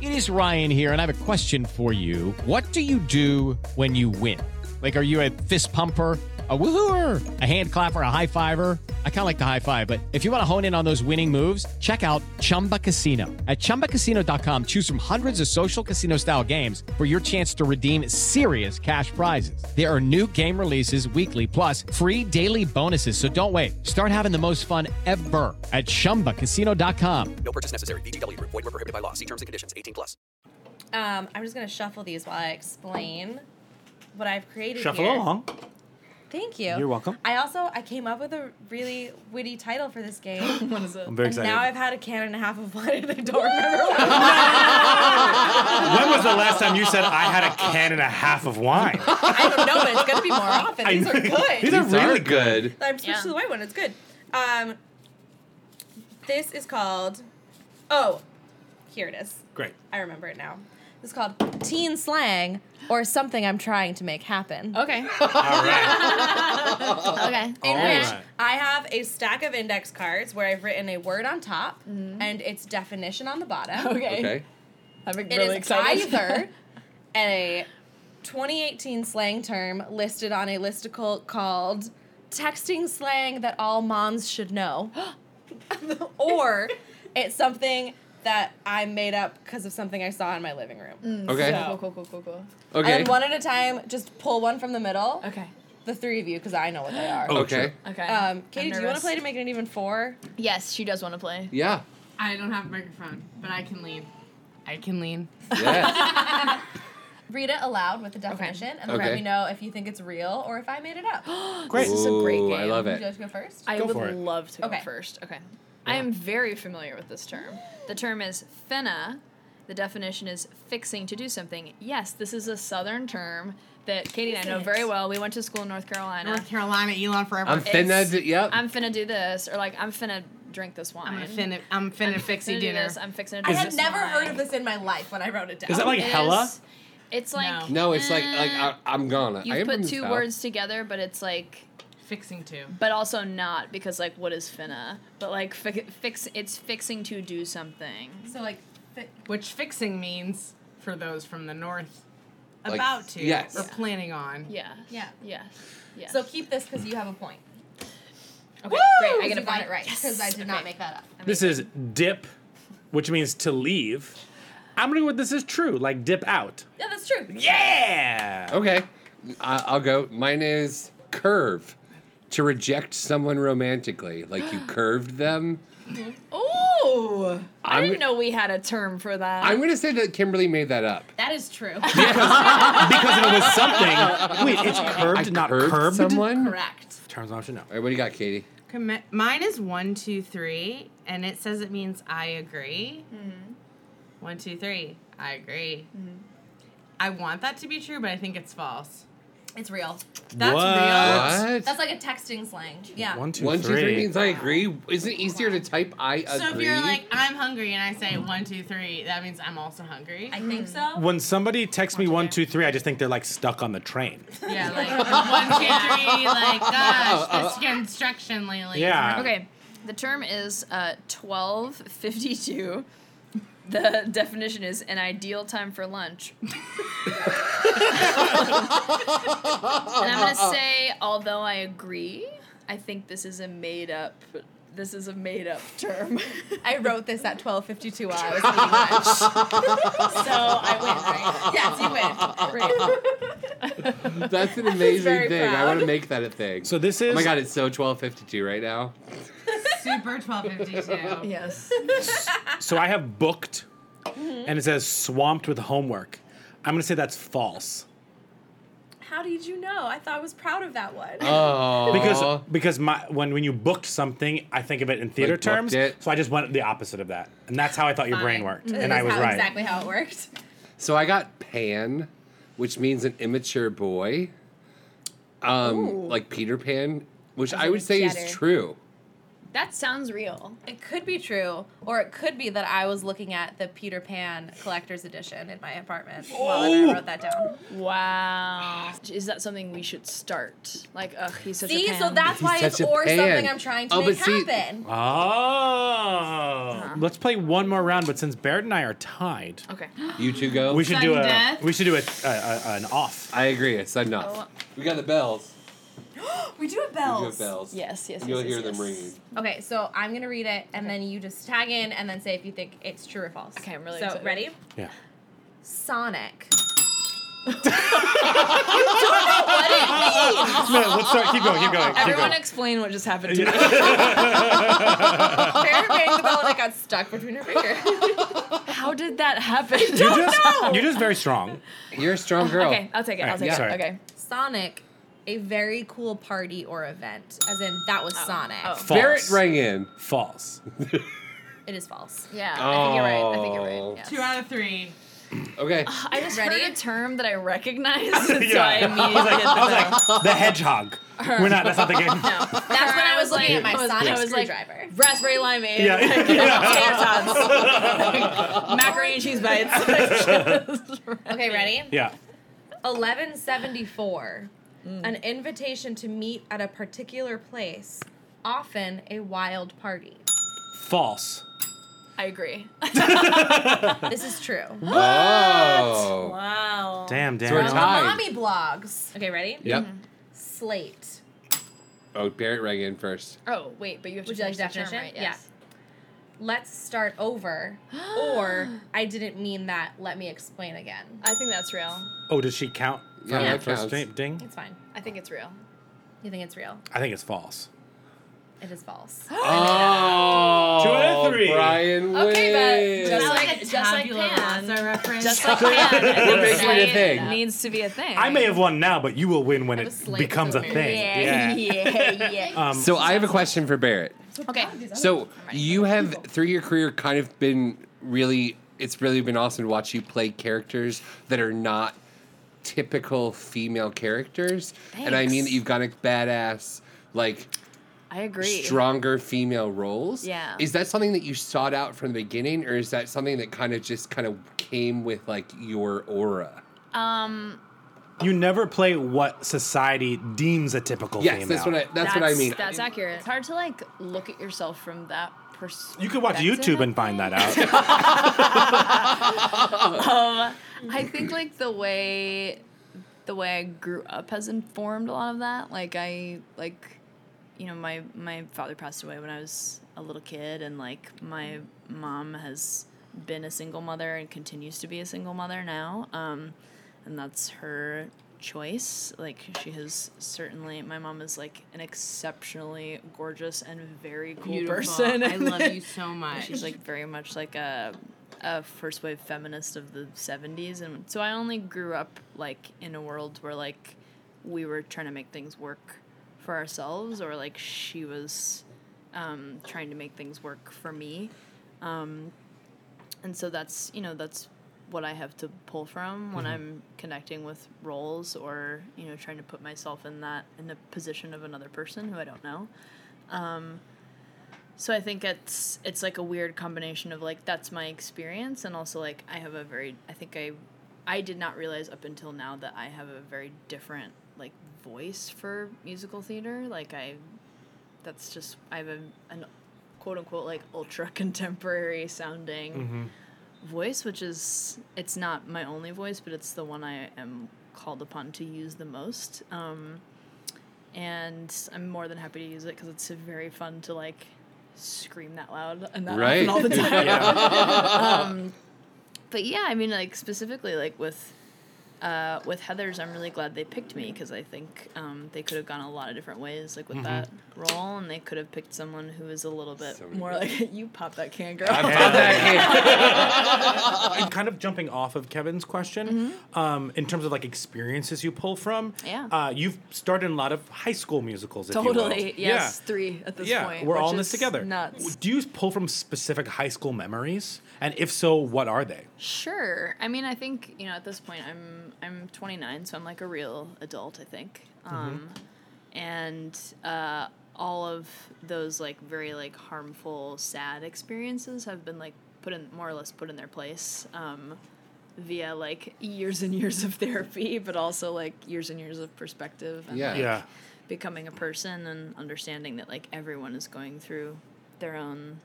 S14: It is Ryan here, and I have a question for you. What do you do when you win? Like, are you a fist pumper? A woohooer, a hand clapper, a high fiver. I kind of like the high five, but if you want to hone in on those winning moves, check out Chumba Casino. At chumbacasino.com, choose from hundreds of social casino style games for your chance to redeem serious cash prizes. There are new game releases weekly, plus free daily bonuses. So don't wait. Start having the most fun ever at chumbacasino.com.
S15: No purchase necessary. VGW Group. Void were prohibited by law. See terms and conditions. 18 plus.
S5: Um, I'm just gonna shuffle these while I explain what I've created.
S7: Shuffle
S5: here.
S7: along.
S5: Thank you.
S7: You're welcome.
S5: I also I came up with a really witty title for this game. what is it?
S7: I'm very
S5: and
S7: excited.
S5: Now I've had a can and a half of wine and I don't remember.
S7: when was the last time you said I had a can and a half of wine?
S5: I don't know, but it's gonna be more often.
S7: I
S5: These are
S7: know.
S5: good.
S7: These are really good.
S5: I'm switched to the white one. It's good. Um, this is called. Oh, here it is.
S7: Great.
S5: I remember it now. This is called teen slang or something I'm trying to make happen. Okay. All
S7: right.
S5: okay.
S7: All
S5: In which
S7: right.
S5: I have a stack of index cards where I've written a word on top and its definition on the bottom.
S6: Okay.
S8: I'm
S5: It is
S8: really excited.
S5: either a 2018 slang term listed on a listicle called texting slang that all moms should know, or it's something that I made up because of something I saw in my living room.
S8: Mm.
S6: Okay.
S5: So-
S8: Cool, cool, cool, cool.
S5: And
S6: Okay.
S5: then one at a time, just pull one from the middle. Okay. The three of you, because I know what they are.
S6: Oh, Okay.
S8: true. Okay.
S5: Um, Katie,
S8: I'm
S5: do you want
S8: nervous.
S5: to play to make it an even four?
S8: Yes, she does want to play.
S6: Yeah.
S16: I don't have a microphone, but I can lean. I can lean.
S5: Read it aloud with the definition, and then let
S6: Okay.
S5: me know if you think it's real or if I made it up.
S6: Great.
S5: This is a great
S6: Ooh,
S5: game.
S6: I love
S5: Would
S6: it.
S5: you like to go first?
S8: I would love to go
S5: Okay.
S8: first. Okay. I am very familiar with this term. The term is fena. The definition is fixing to do something. Yes, this is a southern term that Katie and I know
S16: Is it?
S8: very well. We went to school in North Carolina.
S16: North Carolina, Elon forever.
S6: I'm finna
S8: It's-
S6: do- yep.
S8: I'm finna do this, or like I'm finna drink this wine.
S16: I'm finna, I'm finna fixie
S8: finna do
S16: dinner.
S8: this, I'm fixing to
S5: I
S8: drink
S5: had
S8: this
S5: never
S8: wine.
S5: heard of this in my life when I wrote it down.
S6: Is that like
S8: It
S6: hella?
S8: is- It's like
S6: No, it's like
S8: eh,
S6: like I, I'm gonna. I
S8: you
S6: am from
S8: put
S6: the
S8: two
S6: South.
S8: words together, but it's like
S16: fixing to.
S8: But also not because like what is finna? But like fi- fix it's fixing to do something.
S5: So like
S16: Which fixing means for those from the north,
S8: Like,
S16: about to
S8: yes.
S16: or
S8: Yeah.
S16: planning on.
S8: Yeah.
S5: Yeah.
S8: Yes. Yes.
S5: So keep this because you have a point.
S8: Okay,
S5: Woo!
S8: great. I get
S5: You
S8: a
S5: got
S8: point.
S5: it right because I did not make that up.
S7: This is dip, which means to leave. I'm gonna go with this is true, like dip out.
S5: Yeah, that's true.
S7: Yeah.
S6: Okay. I, I'll go. Mine is curve. To reject someone romantically, like you curved them.
S5: Mm-hmm.
S8: Oh, I
S6: I'm-
S8: didn't know we had a term for that.
S6: I'm gonna say that Kimberly made that up.
S16: That is true.
S7: because if it was something. Wait, it's curved, not curbed.
S6: Someone.
S16: Correct.
S7: Charles option no.
S6: All right, what do you got, Katie?
S16: Commit. Mine is one, two, three, and it says it means I agree.
S5: Mm-hmm.
S16: One, two, three. I agree. I want that to be true, but I think it's false.
S5: It's real.
S16: That's
S6: What?
S16: real.
S6: What?
S5: That's like a texting slang. Yeah.
S6: One two three means I agree. Is it easier to type I
S16: So if
S6: agree?
S16: you're like, I'm hungry, and I say one, two, three, that means I'm also hungry. I
S5: think so.
S7: When somebody texts me one two three, I just think they're like stuck on the train.
S16: Mm-hmm. Yeah, like one, two, three, like gosh, this construction lately.
S7: Yeah.
S8: Okay. The term is uh, 1252. The definition is an ideal time for lunch. and I'm going to say, although I agree, I think this is a made up. This is a made up term.
S5: I wrote this at 12:52 while I was eating lunch. so I win, right? Yes, you win.
S6: That's an amazing
S5: very
S6: thing. I want to
S5: proud.
S6: make that a thing.
S7: So this
S6: Oh my
S7: is-
S6: god, it's so 1252 right now.
S16: Super 1252.
S8: Yes.
S7: So I have booked, and it says swamped with homework. I'm gonna say that's false.
S5: How did you know? I thought I was proud of that one.
S7: Oh, Because because my when when you booked something, I think of it in theater
S6: booked
S7: terms.
S6: it.
S7: So I just went the opposite of that, and that's how I thought your brain worked,
S5: Mm-hmm.
S7: and I was right.
S5: Exactly how it worked.
S6: So I got Pan, which means an immature boy, um,
S8: Ooh.
S6: like Peter Pan, which
S8: That's
S6: I would
S8: a
S6: say is
S8: getter.
S6: true.
S8: That sounds real.
S5: It could be true, or it could be that I was looking at the Peter Pan collector's edition in my apartment while I
S8: Oh.
S5: wrote that down.
S8: Wow. Is that something we should start? Like, ugh, he's such a
S5: See,
S8: pan.
S5: so that's why
S7: He's
S5: it's
S7: such a
S5: or
S7: pan.
S5: something I'm trying to
S7: Oh,
S5: make
S7: but see-
S5: happen. Uh-huh.
S7: Oh, let's play one more round. But since Baird and I are tied,
S8: Okay.
S6: You two go.
S7: we should do a we should do a, a, a an off.
S6: I agree. It's
S8: Oh.
S6: enough. We got the bells.
S5: We do have
S6: We do
S5: bells.
S6: have bells.
S8: Yes, yes,
S6: You'll
S8: yes,
S6: hear
S8: yes,
S6: them
S8: yes.
S6: ringing.
S5: Okay, so I'm gonna read it, and then you just tag in, and then say if you think it's true or false. Okay, I'm
S8: really
S5: so
S8: excited.
S5: ready.
S7: Yeah.
S5: Sonic. you don't know what it means.
S7: No, let's start- keep going, keep going, keep
S8: Everyone
S7: going.
S8: explain what just happened to me.
S5: Karen rang the bell and it got stuck between her fingers.
S8: How did that happen?
S7: just, You're just very strong.
S6: You're a strong girl.
S8: Okay, I'll take it.
S7: All right,
S8: I'll take
S7: yeah.
S8: it.
S7: Sorry.
S8: Okay.
S5: Sonic a very cool party or event. As in, that
S8: Oh.
S5: was Sonic.
S6: Barrett rang in.
S7: False.
S5: It is false.
S8: Yeah, I think you're right. I think you're
S6: Oh.
S8: right. Yes.
S16: Two out of three.
S6: Okay.
S8: I just heard a term that I recognized, so
S7: Yeah.
S8: I
S7: I was
S8: immediately
S7: like-
S8: did the
S7: I was
S8: bell.
S7: like, the hedgehog. We're not. That's not the game.
S5: That's when I was looking at my
S8: was-
S5: Sonic
S8: I was like,
S5: screwdriver.
S8: raspberry limeade,
S7: Yeah.
S8: tater tots, macaroni and cheese bites.
S5: okay, ready?
S7: Yeah.
S5: 1174.
S6: Mm.
S5: An invitation to meet at a particular place, often a wild party.
S7: False.
S8: I agree.
S5: this is true.
S7: Whoa.
S5: Wow.
S7: Damn, damn.
S6: So we're tied.
S5: Mommy blogs. Okay, ready? Mm-hmm.
S6: Yep.
S5: Slate.
S6: Oh, Barrett rang in first.
S5: Oh, wait, but you have Would you like
S8: finish the term,
S5: definition?
S8: right? Yes.
S5: Yeah. Let's start over. or I didn't mean that. Let me explain again. I think that's real.
S7: Oh, does she count? from
S6: Yeah,
S7: the
S6: that
S7: first
S6: counts.
S7: ding- Ding.
S5: It's fine. I think it's real. You think it's real?
S7: I think it's false.
S5: It is false.
S7: Oh,
S6: Oh,
S7: Two out of three.
S6: Brian
S5: Okay,
S6: wins.
S5: but just like just like
S8: tabula
S5: Pan.
S8: rasa reference.
S5: Just like
S8: Clearly,
S5: Pan.
S7: we're
S5: I think
S7: making it a
S5: slate
S7: thing.
S8: needs to be a thing.
S7: I may have won now, but you will win when
S8: Have a
S7: it
S8: slate
S7: becomes a
S8: somewhere.
S7: thing.
S8: Yeah, yeah, yeah.
S7: Um,
S6: so I have a question for Barrett.
S8: Okay.
S6: So you have through your career kind of been really it's really been awesome to watch you play characters that are not typical female characters. And I mean
S8: Thanks.
S6: that you've gotten badass like
S8: I agree.
S6: stronger female roles.
S8: Yeah.
S6: Is that something that you sought out from the beginning or is that something that kind of just kind of came with like your aura?
S8: Um,
S7: You never play what society deems a typical
S6: Yes,
S7: female.
S6: that's what I- that's what I mean.
S8: That's accurate. It's hard to like look at yourself from that perspective.
S7: you could watch YouTube and find that out.
S8: um, I think like the way the way I grew up has informed a lot of that. Like I like you know my my father passed away when I was a little kid, and like my mom has been a single mother and continues to be a single mother now. Um, and that's her choice. Like she has certainly my mom is like an exceptionally gorgeous and very cool
S16: Beautiful.
S8: person.
S16: I love you so much.
S8: She's like very much like a a first wave feminist of the 70s and so I only grew up like in a world where like we were trying to make things work for ourselves or like she was um, trying to make things work for me. Um, and so that's you know that's what I have to pull from when
S17: Mhm.
S8: I'm connecting with roles or you know trying to put myself in that in the position of another person who I don't know. Um, so I think it's it's like a weird combination of like that's my experience and also like I have a very I think I I did not realize up until now that I have a very different like voice for musical theater. Like I that's just I have a, an quote unquote like ultra contemporary sounding voice, which is it's not my only voice, but it's the one I am called upon to use the most. Um, and I'm more than happy to use it because it's very fun to like scream that loud and that
S6: Right.
S8: often all the time.
S6: Yeah.
S8: um, but yeah, I mean, like specifically, like with uh, with Heather's, I'm really glad they picked me because I think um, they could have gone a lot of different ways, like with
S7: Mm-hmm.
S17: Mhm.
S8: that role, and they could have picked someone who is a little bit
S17: So many
S8: more
S17: good-
S8: like you pop that can, girl.
S7: and kind of jumping off of Kevin's question, um, in terms of like experiences you pull from,
S8: Mm-hmm. Yeah.
S7: uh, you've started in a lot of high school musicals. if you will.
S8: Totally. Yes, three at this
S7: yeah,
S8: point.
S7: we're all
S8: which
S7: in this
S8: is
S7: together.
S8: Nuts.
S7: Do you pull from specific high school memories? And if so, what are they?
S8: Sure. I mean, I think you know at this point I'm I'm 29, so I'm like a real adult. I think.
S7: Mm-hmm.
S8: Um, and uh, all of those like very like harmful, sad experiences have been like put in more or less put in their place. Um, via like years and years of therapy, but also like years and years of perspective and
S6: Yeah.
S8: like,
S6: Yeah.
S8: becoming a person and understanding that like everyone is going through their own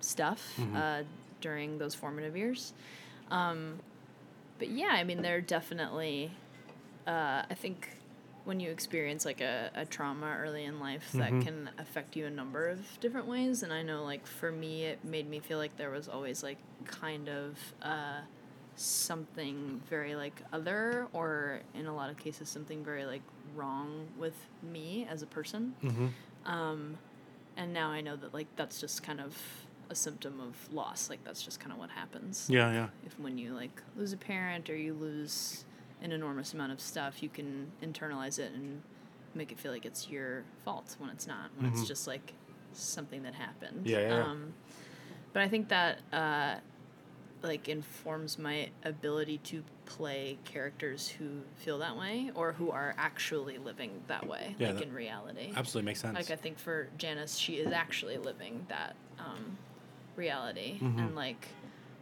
S8: stuff
S5: Mhm.
S8: uh, during those formative years. Um, but yeah, I mean, they're definitely. Uh, I think when you experience like a, a trauma early in life,
S5: Mhm.
S7: Mm-hmm.
S8: that can affect you a number of different ways. And I know, like for me, it made me feel like there was always like kind of uh, something very like other, or in a lot of cases, something very like wrong with me as a person.
S7: Mm-hmm.
S8: Um, and now I know that like that's just kind of a symptom of loss. Like that's just kind of what happens.
S7: Yeah,
S8: Like,
S7: yeah.
S8: If when you like lose a parent or you lose an enormous amount of stuff, you can internalize it and make it feel like it's your fault when it's not, when
S7: Mhm.
S8: it's just like something that happened.
S7: Yeah, yeah, yeah.
S8: Um, but I think that uh, like informs my ability to play characters who feel that way or who are actually living that way,
S7: Yeah,
S8: like
S7: that
S8: in reality.
S7: absolutely makes sense.
S8: Like I think for Janice, she is actually living that um, reality,
S7: Mhm.
S8: and like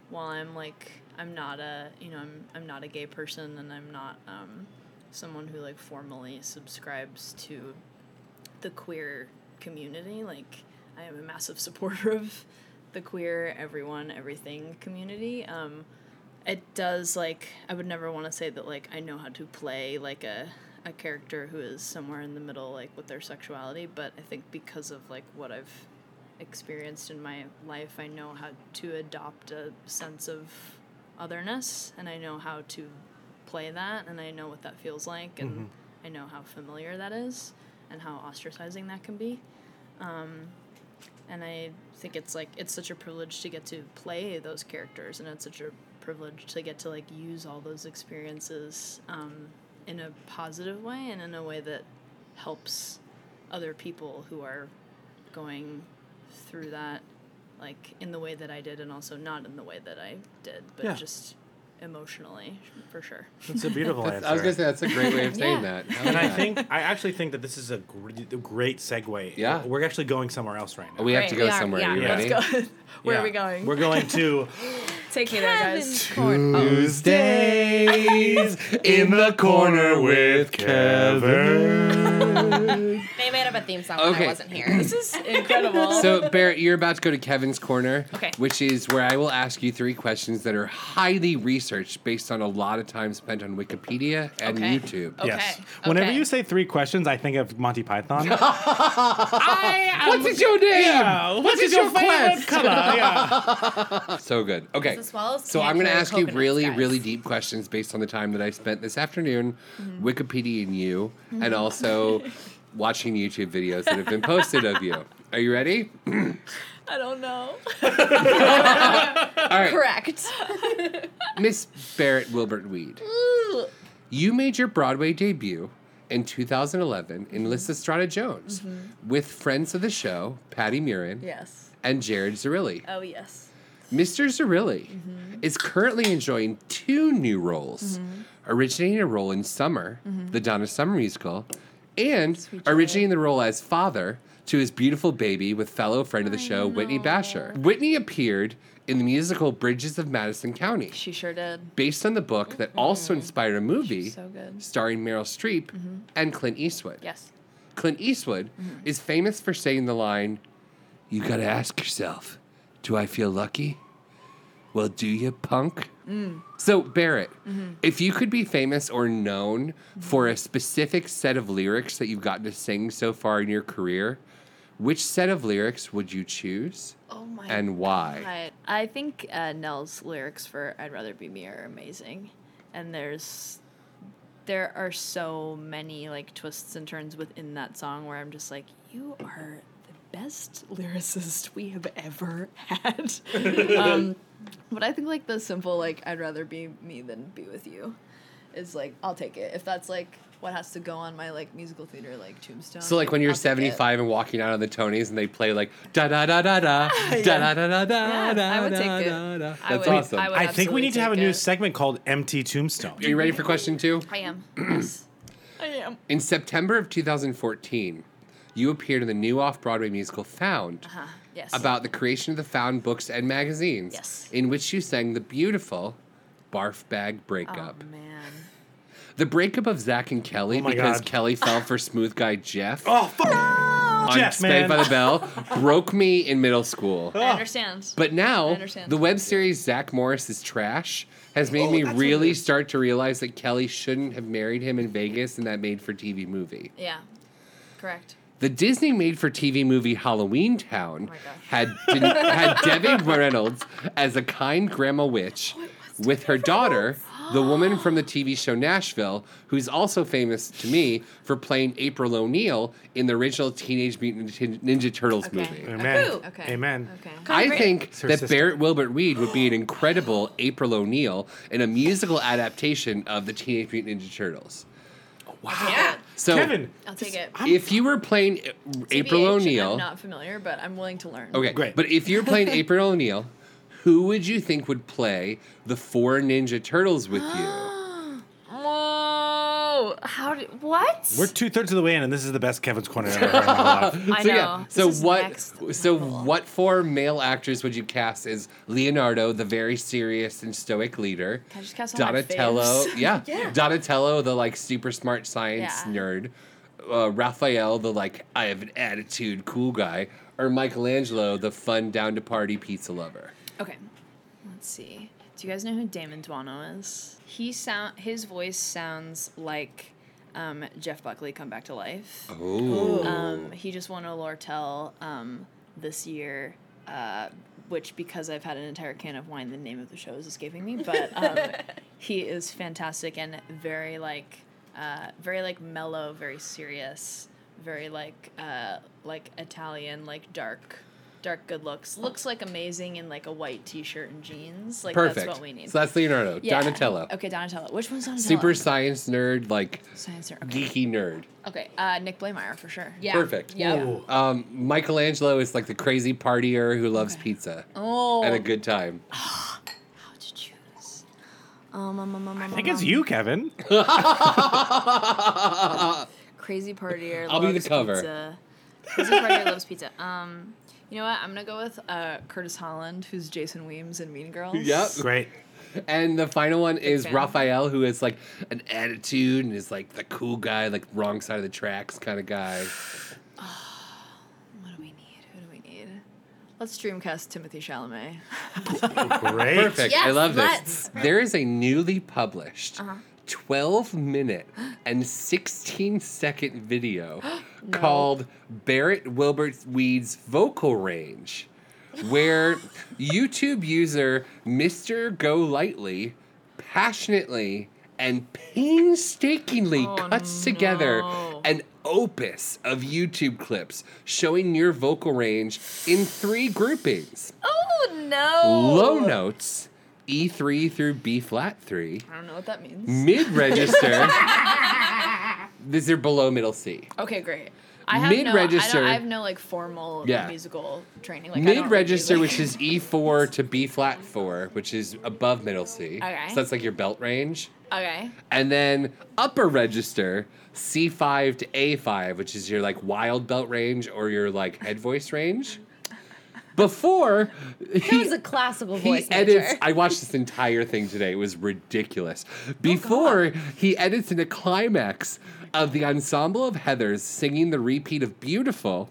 S8: while I'm like I'm not a you know I'm I'm not a gay person, and I'm not um, someone who like formally subscribes to the queer community. Like I am a massive supporter of the queer everyone everything community. Um, it does like I would never want to say that like I know how to play like a a character who is somewhere in the middle like with their sexuality, but I think because of like what I've experienced in my life, I know how to adopt a sense of otherness and I know how to play that and I know what that feels like and
S7: Mhm.
S8: I know how familiar that is and how ostracizing that can be. Um, and I think it's like it's such a privilege to get to play those characters, and it's such a privilege to get to like use all those experiences um, in a positive way and in a way that helps other people who are going through that, like in the way that I did, and also not in the way that I did, but
S7: Yeah.
S8: just emotionally for sure.
S7: That's a beautiful
S6: That's-
S7: answer.
S6: I was gonna say, that's a great way of saying Yeah. that. I
S7: and
S6: like
S7: I
S6: that.
S7: think I actually think that this is a gr- great segue.
S6: Yeah.
S7: we're actually going somewhere else right now.
S6: We have to Great, go we are, somewhere. yeah. You Let's ready? go.
S8: Where are we
S7: Yeah.
S8: going?
S7: We're going to
S8: Take me there, guys. oh.
S6: Tuesdays in the corner with Kevin.
S17: They made up a theme song when
S6: Okay.
S17: I wasn't here. This
S8: is incredible.
S6: so Barrett, you're about to go to Kevin's corner,
S17: Okay.
S6: which is where I will ask you three questions that are highly researched based on a lot of time spent on Wikipedia and
S17: Okay.
S6: YouTube.
S7: yes. Whenever you say three questions, I think of Monty Python. What's
S6: I, What's it your name?
S7: Yeah. What
S6: What
S7: is, your, favorite
S6: quest?
S7: color? Yeah.
S6: so good. Okay.
S17: This swallows
S6: So I'm going to
S17: can't
S6: ask
S17: carry
S6: you
S17: coconuts,
S6: really,
S17: guys.
S6: really deep questions based on the time that I spent this afternoon
S17: Mm-hmm.
S6: Wikipedia and you, and
S17: Mhm.
S6: also watching YouTube videos that have been posted of you. Are you ready?
S8: I don't know.
S6: All right.
S8: Correct.
S6: Miss Barrett Wilbert Weed,
S8: Ooh.
S6: you made your Broadway debut in 2011 in
S8: Mm-hmm.
S6: Lysistrata
S8: Oh,
S6: Jones with friends of the show, Patty Murin
S8: Yes.
S6: and Jared Zerilli.
S8: Oh yes. Mm-hmm.
S6: Mr. Zerilli is currently enjoying two new roles, originating a role in Summer,
S8: Mhm.
S6: the Donna Summer musical, and originating the role as father to his beautiful baby with fellow friend of the show, Whitney Basher. Whitney appeared in the musical Bridges of Madison County,
S8: She sure did. Mm-hmm.
S6: based on the book that also inspired a movie
S8: So good.
S6: starring Meryl Streep
S8: Mhm.
S6: and Clint Eastwood.
S8: Yes.
S6: Clint Eastwood
S8: Mhm.
S6: is famous for saying the line, You gotta ask yourself, do I feel lucky? Well, do you, punk?
S8: Mm.
S6: So, Barrett,
S8: Mhm.
S6: if you could be famous or known
S8: Mm-hmm.
S6: for a specific set of lyrics that you've gotten to sing so far in your career, which set of lyrics would you choose?
S8: Oh my
S6: And why?
S8: God. I think uh, Nell's lyrics for "I'd Rather Be Me" are amazing, and there's there are so many like twists and turns within that song where I'm just like, you are the best lyricist we have ever had. um, but I think like the simple like "I'd rather be me than be with you" is like I'll take it if that's like what has to go on my like musical theater like tombstone.
S6: So, like when
S8: I'll
S6: you're
S8: take it.
S6: 75 and walking out on the Tonys and they play like da da da da da da da da da da da.
S8: I would take it.
S6: I That's would- awesome. I would
S7: I think we
S6: absolutely
S7: need to have a
S6: take
S7: new
S6: it.
S7: segment called Empty Tombstone.
S6: Are you ready for question two?
S8: I am. I am.
S6: In September of 2014, you appeared in the new off Broadway musical Found
S8: Uh-huh. Yes.
S6: about the creation of the Found books and magazines, in which you sang the beautiful Barf Bag Breakup.
S8: Oh man.
S6: The breakup of Zach and Kelly
S7: Oh my
S6: because
S7: God.
S6: Kelly fell for smooth guy Jeff.
S7: Oh, fuck.
S6: on
S7: Jeff,
S6: Saved
S7: man. Oh.
S6: by the Bell broke me in middle school.
S8: I understand.
S6: But
S8: I
S6: now,
S8: understand.
S6: the web series Zach Morris is trash has
S7: Oh,
S6: made me really start to realize that Kelly shouldn't have married him in Vegas in that made for TV movie.
S8: Yeah. Correct.
S6: The Disney made for TV movie Halloween Town had, did, had Debbie Reynolds as a kind grandma witch with her daughter, the woman from the TV show Nashville, who's also famous to me for playing April O'Neil in the original Teenage Mutant Ninja- Ninja Turtles movie.
S7: Amen. Amen.
S6: I think
S7: It's her
S6: that
S7: sister.
S6: Barrett Wilbert Reed would be an incredible April O'Neil in a musical adaptation of the Teenage Mutant Ninja Turtles.
S7: Wow.
S8: Yeah.
S6: So
S7: Kevin,
S8: I'll take it.
S6: if you were playing April
S8: TBH,
S6: O'Neil,
S8: I'm not familiar, but I'm willing to learn.
S6: okay, great. But if you're playing April O'Neil, who would you think would play the four Ninja Turtles with you?
S8: Oh, how do what?
S7: We're two thirds of the way in, and this is the best Kevin's corner I've ever heard.
S8: I
S6: so
S8: know.
S6: yeah. So what? So what four male actors would you cast as Leonardo, the very serious and stoic leader?
S8: Can I just cast all my
S6: Donatello,
S8: faves?
S6: yeah.
S8: Yeah.
S6: Donatello, the like super smart science
S8: Yeah.
S6: nerd. Uh, Raphael, the like I have an attitude cool guy, or Michelangelo, the fun down to party pizza lover.
S8: Okay, let's see. Do you guys know who Damon Duano is? He sound his voice sounds like um, Jeff Buckley come back to life.
S6: Oh.
S8: Um, he just won a Lortel um, this year, uh, which because I've had an entire can of wine, the name of the show is escaping me. But um, he is fantastic and very like, uh, very like mellow, very serious, very like uh, like Italian, like dark. Dark good looks. Looks like amazing in like a white t shirt and jeans. Like
S6: Perfect.
S8: that's what we need.
S6: So that's Leonardo. Donatello.
S8: Okay, Donatello. Which one's Donatello?
S6: Super science nerd, like
S8: Science nerd,
S6: geeky nerd.
S8: Okay, uh, Nick Blamire for sure.
S6: Perfect.
S8: Yeah.
S6: Um, Michelangelo is like the crazy partier who loves pizza
S8: Oh.
S6: and a good time.
S8: Um, um, um, um,
S7: I think it's you, Kevin.
S8: Crazy partier.
S7: I'll be the
S8: loves
S7: cover.
S8: Pizza. Crazy partier loves pizza. Um, you know what? I'm gonna go with uh, Curtis Holland, who's Jason Weems in Mean Girls.
S6: Yep.
S7: Great.
S6: And the final one is
S8: fan.
S6: Raphael, who is like an attitude and is like the cool guy, like wrong side of the tracks kind of guy.
S8: Who do we need? Let's dreamcast Timothy Chalamet.
S7: Great.
S6: Perfect. I
S8: Yes,
S6: love this.
S8: let's.
S6: There is a newly published
S8: Uh-huh.
S6: 12 minute and 16 second video called Barrett Wilbert Weed's Vocal Range, where YouTube user Mr. Go Lightly passionately and painstakingly cuts together an opus of YouTube clips showing your vocal range in three groupings
S8: Oh no.
S6: low notes E3 through B flat 3,
S8: I don't know what that means.
S6: mid register. These are below middle C.
S8: Okay, great. I have no. I,
S6: Mid-register.
S8: don't, I have no like formal
S6: Yeah.
S8: musical training. Like I don't read
S6: mid register, which
S8: music.
S6: is E4 to B flat 4, which is above middle C.
S8: Okay.
S6: So that's like your belt range.
S8: okay.
S6: And then upper register, C5 to A5, which is your like wild belt range or your like head voice range. Before
S18: That was a classical voice.
S6: he edits i watched this entire thing today it was ridiculous before he edits in a climax of the ensemble of heathers singing the repeat of beautiful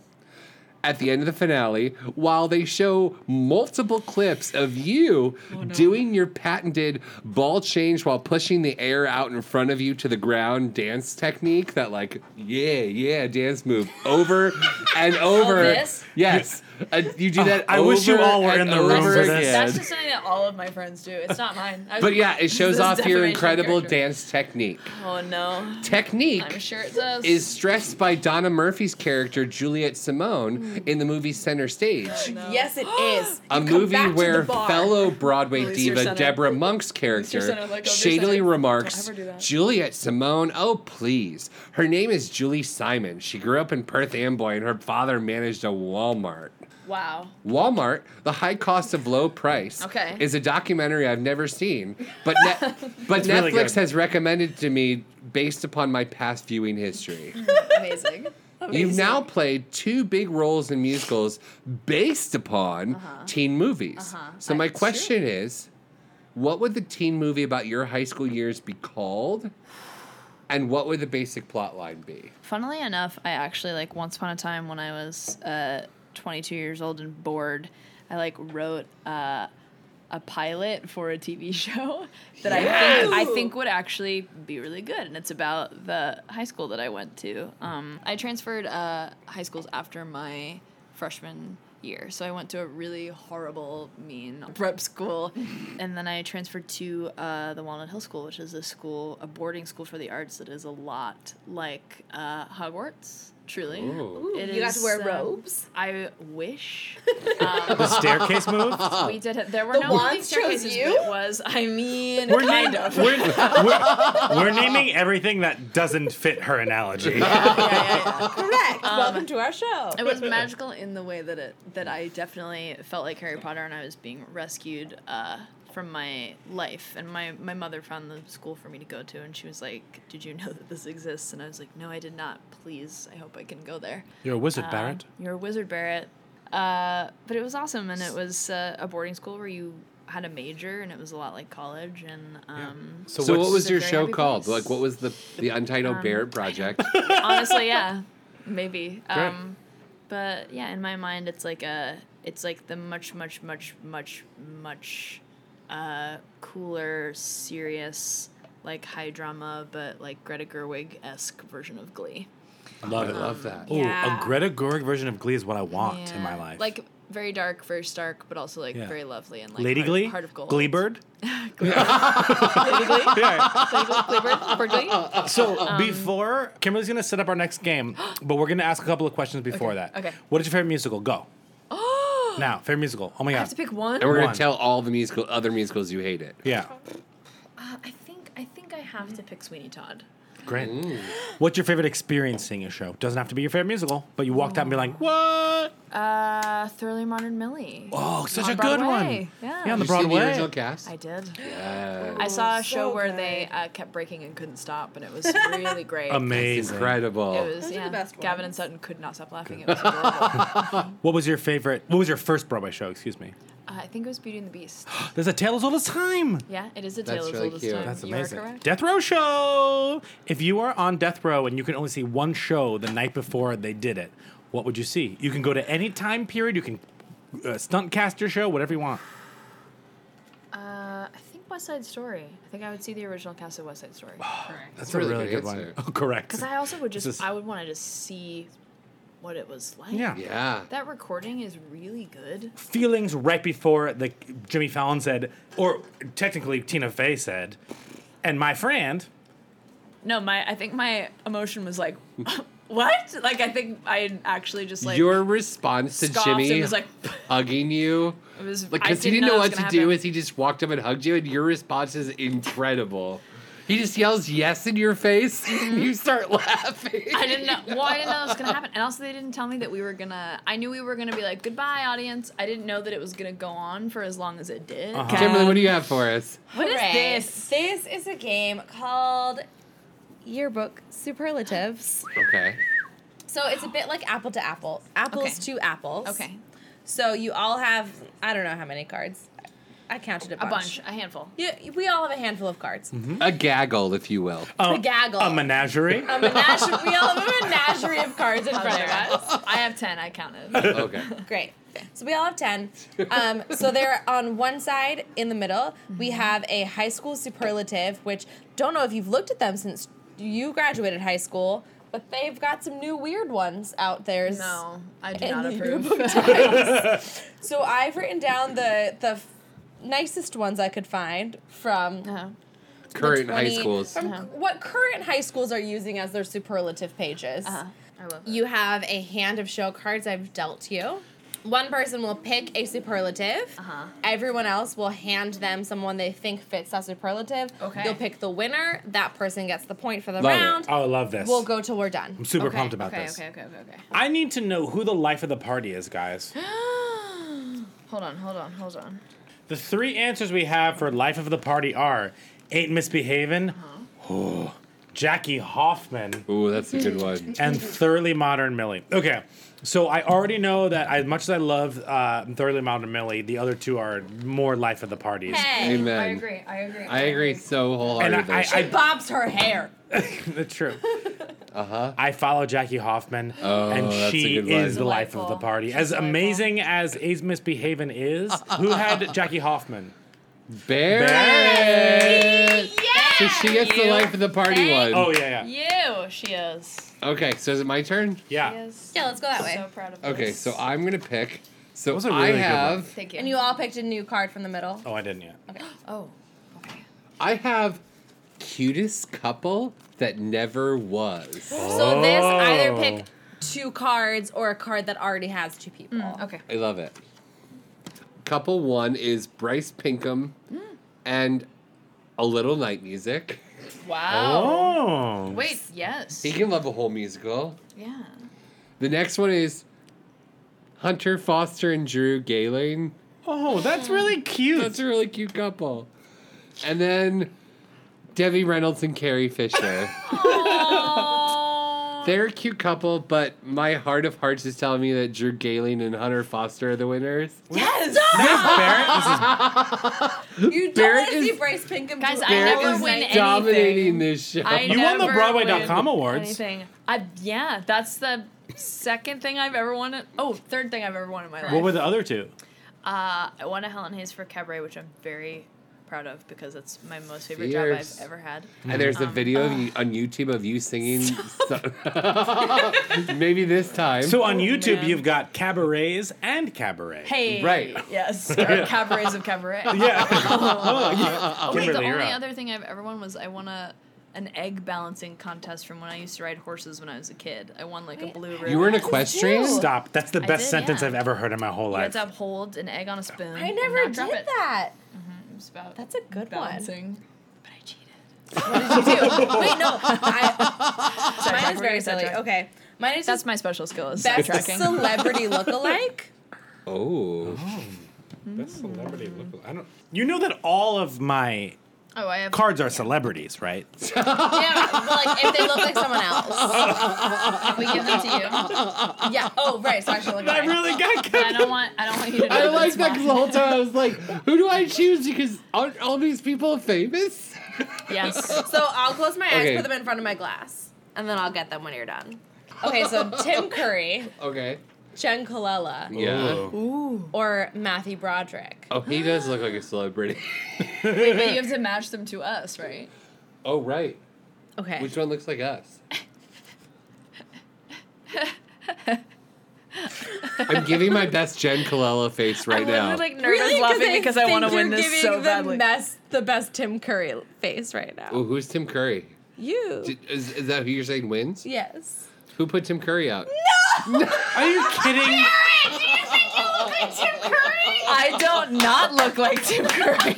S6: at the end of the finale while they show multiple clips of you doing your patented ball change while pushing the air out in front of you to the ground dance technique that like yeah yeah dance move over and over
S8: this?
S6: yes Uh, you do that
S7: I wish you
S6: over
S7: all were
S6: and
S7: in the
S6: over
S7: room for
S6: again.
S7: this.
S8: That's just something that all of my friends do. It's not mine. I-
S6: But yeah, it
S8: This
S6: shows
S8: is
S6: off your
S8: defamation
S6: incredible
S8: character.
S6: dance technique.
S8: Oh no.
S6: Technique
S8: I'm sure it does.
S6: Is stressed by Donna Murphy's character Juliet Simone in the movie Center Stage,
S18: Yes, it is.
S6: a
S18: You Hmm. come
S6: movie
S18: back to the
S6: where
S18: bar.
S6: fellow Broadway
S18: Release your
S6: diva
S18: center. oh,
S6: Deborah Monk's
S18: center,
S6: character
S18: let go of your
S6: shadily
S18: center.
S6: remarks,
S18: Don't ever do that.
S6: Juliet Simone, oh please. Her name is Julie Simon. She grew up in Perth Amboy and her father managed a Walmart.
S8: wow.
S6: Walmart, The High Cost of Low Price,
S8: Okay.
S6: is a documentary I've never seen, but ne- but Netflix
S8: It's really good.
S6: has recommended to me based upon my past viewing history.
S8: Amazing.
S6: You've now played two big roles in musicals based upon teen movies.
S8: Uh-huh.
S6: So my question is, what would the teen movie about your high school years be called? And what would the basic plot line be?
S8: Funnily enough, I actually like once upon a time when I was uh, 22 years old and bored, I like wrote uh, a pilot for a TV show that I think I
S18: Yes!
S8: think would actually be really good, and it's about the high school that I went to. Um, I transferred uh, high schools after my freshman year, so I went to a really horrible, mean prep school, and then I transferred to uh, the Walnut Hill School, which is a school, a boarding school for the arts that is a lot like uh, Hogwarts. Truly,
S5: Ooh.
S8: It
S5: You got to
S8: is,
S5: wear
S8: um,
S5: robes?
S8: I wish
S7: The staircase move.
S8: we did. Have, there were
S5: The
S8: no
S5: wands chose
S8: staircases,
S5: you?
S8: but It was. I mean,
S7: We're
S8: kind
S7: named-
S8: of.
S7: we're- we're- We're naming everything that doesn't fit her analogy.
S5: Correct. Welcome to our show.
S8: Um, It was magical in the way that it that I definitely felt like Harry Potter and I was being rescued uh, from my life. And my my mother found the school for me to go to, and she was like, "Did you know that this exists?" And I was like, "No, I did not. Please, I hope I can go there."
S7: You're a wizard,
S8: Uh,
S7: Barrett.
S8: You're a wizard, Barrett. Uh, but it was awesome, and it was uh, a boarding school where you had a major, and it was a lot like college. And um,
S6: So, what
S8: it's
S6: was
S8: a
S6: your
S8: very
S6: show
S8: happy
S6: called?
S8: place.
S6: Like, what was the the Untitled
S8: Um,
S6: Barrett Project?
S8: Honestly, yeah, maybe.
S6: Great.
S8: Um, but yeah, in my mind, it's like a, it's like the much, much, much, much, much, uh, cooler, serious, like high drama, but like Greta Gerwig esque version of Glee.
S6: Love it, love that.
S7: Ooh,
S8: yeah.
S7: a Greta Gerwig version of Glee is what I want in my
S8: Yeah.
S7: life.
S8: Like very dark, very stark, but also like
S7: Yeah.
S8: very lovely and like
S7: Lady
S8: heart,
S7: Glee,
S8: heart of gold.
S7: Glee Bird.
S8: Lady Glee,
S7: Yeah.
S8: Lady Glee, Glee Bird, Bird Glee.
S7: So
S8: Um,
S7: before Kimberly's gonna set up our next game, but we're gonna ask a couple of questions before
S8: Okay,
S7: that.
S8: okay.
S7: What is your favorite musical? Go. now, favorite musical. Oh my
S8: I
S7: god.
S8: have to pick one.
S6: And we're
S7: One.
S6: gonna tell all the musical other musicals you hate it.
S7: Yeah.
S8: Uh, I think I think I have to pick Sweeney Todd.
S7: Great. What's your favorite experience seeing a show? Doesn't have to be your favorite musical, but you walked out and be like, "What?
S8: Uh, Thoroughly Modern Millie.
S7: Oh, such
S8: On
S7: a good
S8: Broadway.
S7: one.
S8: Yeah.
S7: Yeah, on the
S6: Did you see the
S7: Broadway.
S6: original cast?
S8: I did.
S7: Oh,
S6: Yeah.
S8: I saw a show
S5: so
S8: where they uh, kept breaking and couldn't stop, and it was really great.
S7: Amazing.
S6: incredible.
S8: It was
S5: Those are the
S8: yeah.
S5: best
S8: Gavin and Sutton could not stop laughing. It was adorable.
S7: What was your favorite? What was your first Broadway show? Excuse me.
S8: Uh, I think it was Beauty and the Beast.
S7: There's a tale as old as time.
S8: Yeah, it is a
S7: That's
S8: tale as
S7: really
S8: old as
S7: cute.
S8: time.
S7: That's
S8: You are
S7: amazing.
S8: correct.
S7: Death Row show. If you are on death row and you can only see one show the night before they did it, what would you see? You can go to any time period. You can uh, stunt cast your show, whatever you want.
S8: Uh, I think West Side Story. I think I would see the original cast of West Side Story. correct.
S7: That's,
S6: a
S7: a
S6: really
S7: really,
S6: good
S7: good, one.
S6: answer.
S7: Oh, correct.
S8: Because I also would just,
S7: This is-
S8: I would want to just see what it was like.
S7: Yeah. Yeah.
S8: That recording is really good.
S7: feelings right before the Jimmy Fallon said, or technically Tina Fey said, and my friend.
S8: No, my I think my emotion was like, what? Like I think I actually just like
S6: your response to
S8: scoffed
S6: Jimmy
S8: and was like,
S6: hugging you.
S8: It was-
S6: like
S8: I
S6: because he
S8: didn't
S6: didn't know
S8: know it
S6: what
S8: was
S6: to
S8: gonna
S6: do
S8: happen.
S6: is he just walked up and hugged you and your response is incredible. He just yells yes in your face and you
S8: Mm-hmm.
S6: start laughing.
S8: I didn't know. Well, I didn't know it was gonna happen, and also they didn't tell me that we were gonna. I knew we were gonna be like goodbye, audience. I didn't know that it was gonna go on for as long as it did.
S6: Uh-huh. Kimberly, what do you have for us?
S8: What is
S5: Alright,
S8: this?
S5: This is a game called Yearbook Superlatives.
S6: Okay.
S5: So it's a bit like apple to apple, apples
S8: Okay.
S5: to apples.
S8: Okay.
S5: So you all have I don't know how many cards. I counted a
S8: A
S5: bunch.
S8: bunch, a handful.
S5: You, we all have a handful of cards.
S6: A gaggle, if you will.
S5: A gaggle.
S7: Mm-hmm. A menagerie.
S8: Um,
S5: A menagerie. we all have a menagerie of cards in front of us.
S8: I have ten. I counted.
S6: okay.
S5: Great. So we all have 10. Um, so they're on one side in the middle.
S8: Mm-hmm.
S5: We have a high school superlative, which don't know if you've looked at them since you graduated high school, but they've got some new weird ones out there.
S8: No, I do
S5: in
S8: not
S5: the
S8: approve.
S5: yearbook times. so I've written down the the f- nicest ones I could find from
S8: Uh-huh.
S5: the
S6: Current high
S5: 20
S6: schools.
S5: From c- what current high schools are using as their superlative pages.
S8: Uh-huh. I love
S5: You have a hand of show cards I've dealt you. One person will pick a superlative. Uh-huh. Everyone else will hand them someone they think fits that superlative.
S8: Okay.
S5: You'll pick the winner. That person gets the point for the
S7: Love it.
S5: round.
S7: Oh, I love this.
S5: We'll go till we're done.
S7: I'm super pumped about
S8: okay,
S7: this.
S8: Okay, okay, okay, okay.
S7: I need to know who the life of the party is, guys.
S8: hold on, hold on, hold on.
S7: The three answers we have for life of the party are ain't misbehaving,
S8: Uh-huh.
S7: oh, Jackie Hoffman,
S6: Ooh, that's a good one.
S7: and thoroughly modern Millie. Okay, so I already know that as much as I love uh, thoroughly modern Millie, the other two are more life of the parties.
S6: Amen.
S8: I agree.
S6: I agree so wholeheartedly.
S7: And I- I-
S5: bobs her hair.
S7: That's true.
S6: uh huh.
S7: I follow Jackie Hoffman,
S6: Oh,
S7: and
S6: that's a
S7: she
S6: good one.
S7: is the life of the party. As amazing as A's Misbehavin' is, who had Jackie Hoffman?
S6: Barrett. So she gets the
S8: You
S6: life of the party one.
S7: Oh, yeah, yeah.
S8: You, she is.
S6: Okay, so is it my turn?
S8: She is.
S5: Yeah, let's go that way.
S8: So proud of
S6: Okay,
S8: us.
S6: so I'm gonna pick. So
S7: was a
S6: I
S7: really good one.
S6: have
S8: Thank you.
S5: And you all picked a new card from the middle.
S7: Oh, I didn't yet.
S8: oh.
S6: I have cutest couple that never was.
S8: Oh.
S5: So this either pick two cards or a card that already has two people.
S8: Mm,
S5: okay.
S6: I love it. Couple one is Bryce Pinkham
S5: Mm.
S6: and a little night music.
S5: Oh.
S7: Oh.
S8: Wow. Wait, yes.
S6: He can love a whole musical.
S8: Yeah.
S6: The next one is Hunter Foster and Drew Galen.
S7: Oh, that's really cute.
S6: That's a really cute couple. And then Debbie Reynolds and Carrie Fisher. They're a cute couple, but my heart of hearts is telling me that Drew Galen and Hunter Foster are the winners.
S5: Yes! you don't
S6: Barrett
S5: want to see Bryce Pinkham. Guys,
S6: Barrett is dominating this show.
S8: I
S7: You won the
S8: never
S7: Broadway.com
S8: win
S7: awards.
S8: Anything. I, yeah, that's the second thing I've ever won. in- Oh, third thing I've ever won in my life.
S7: What were the other two?
S8: Uh, I won a Helen Hayes for Cabaret, which I'm very proud of because that's my most favorite
S6: Fierce.
S8: job I've ever had.
S6: And there's a
S8: Um,
S6: video of you, on YouTube of you singing. so- maybe this time.
S7: So on YouTube, you've got cabarets and cabaret.
S8: Hey.
S6: Right.
S8: Yes.
S7: Yeah.
S8: Or cabarets of cabaret.
S7: Yeah.
S8: oh,
S7: Yeah.
S8: wait, the
S7: Kimberly,
S8: only
S7: you're up.
S8: other thing I've ever won was I won a an egg balancing contest from when I used to ride horses when I was a kid. I won like a blue ribbon.
S7: were an
S8: equestrian?
S7: Stop. That's the
S8: I
S7: best
S8: did,
S7: sentence
S8: yeah.
S7: I've ever heard in my whole
S8: You had
S7: life.
S8: to have hold an egg on a spoon.
S5: I never did that.
S8: Mm-hmm. It was about
S5: That's a good
S8: balancing.
S5: one. Did you? Wait, no. I,
S8: Sorry,
S5: mine is
S8: we're
S5: very
S8: getting
S5: silly.
S8: sidetracked.
S5: Okay. Mine is
S8: That's
S5: just
S8: my special skill. Is
S5: best
S8: sidetracking.
S5: celebrity lookalike.
S6: Oh.
S8: Mm.
S7: That's celebrity look. I don't. You know that all of my
S8: Oh, I have.
S7: cards are celebrities, right?
S5: yeah, but like if they look like someone else,
S8: we give them to
S5: you. Yeah. Oh, right. So actually, look
S7: I really got.
S8: I don't want. I don't want you to. Know
S6: I like that
S8: that's
S6: because the
S8: mine.
S6: whole time I was like, who do I choose? Because aren't all these people famous?
S5: Yes. So I'll close my eyes,
S6: Okay.
S5: put them in front of my glass, and then I'll get them when you're done. Okay. So Tim Curry,
S6: Okay.
S5: Jen Colella,
S6: Yeah.
S5: or Matthew Broderick.
S6: Oh, he does look like a celebrity.
S8: Wait, but you have to match them to us, right?
S6: oh, right.
S5: Okay.
S6: Which one looks like us? I'm giving my best Jen Colella face right now.
S8: like nervous
S5: Really? 'Cause
S8: laughing because I
S5: think
S8: want to win
S5: you're
S8: this
S5: giving
S8: so
S5: the
S8: badly.
S5: Best, the best Tim Curry face right now.
S6: Ooh, who's Tim Curry?
S5: You.
S6: Did- Is, is that who you're saying wins?
S5: yes.
S6: Who put Tim Curry out?
S7: Are you kidding?
S8: I don't not look like Tim Curry.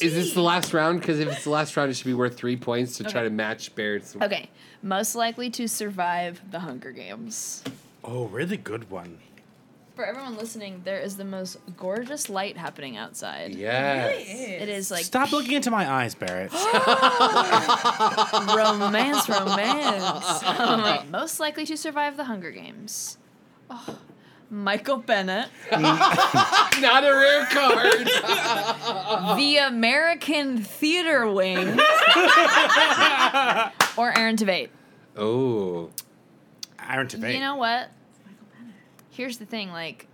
S6: Is this the last round? Because if it's the last round, it should be worth three points to try to match Barrett's.
S8: okay, most likely to survive the Hunger Games.
S7: Oh, really good one.
S8: For everyone listening, there is the most gorgeous light happening outside.
S7: Yes. It
S8: It is like
S7: Stop looking into my eyes, Barrett.
S8: romance, romance. Oh I'm like, most likely to survive the Hunger Games. Oh, Michael Bennett,
S7: Mm.
S6: Not a rare card.
S8: the American Theater Wing, or Aaron Tveit.
S6: Oh.
S7: Iron to
S8: You know what? Here's the thing, like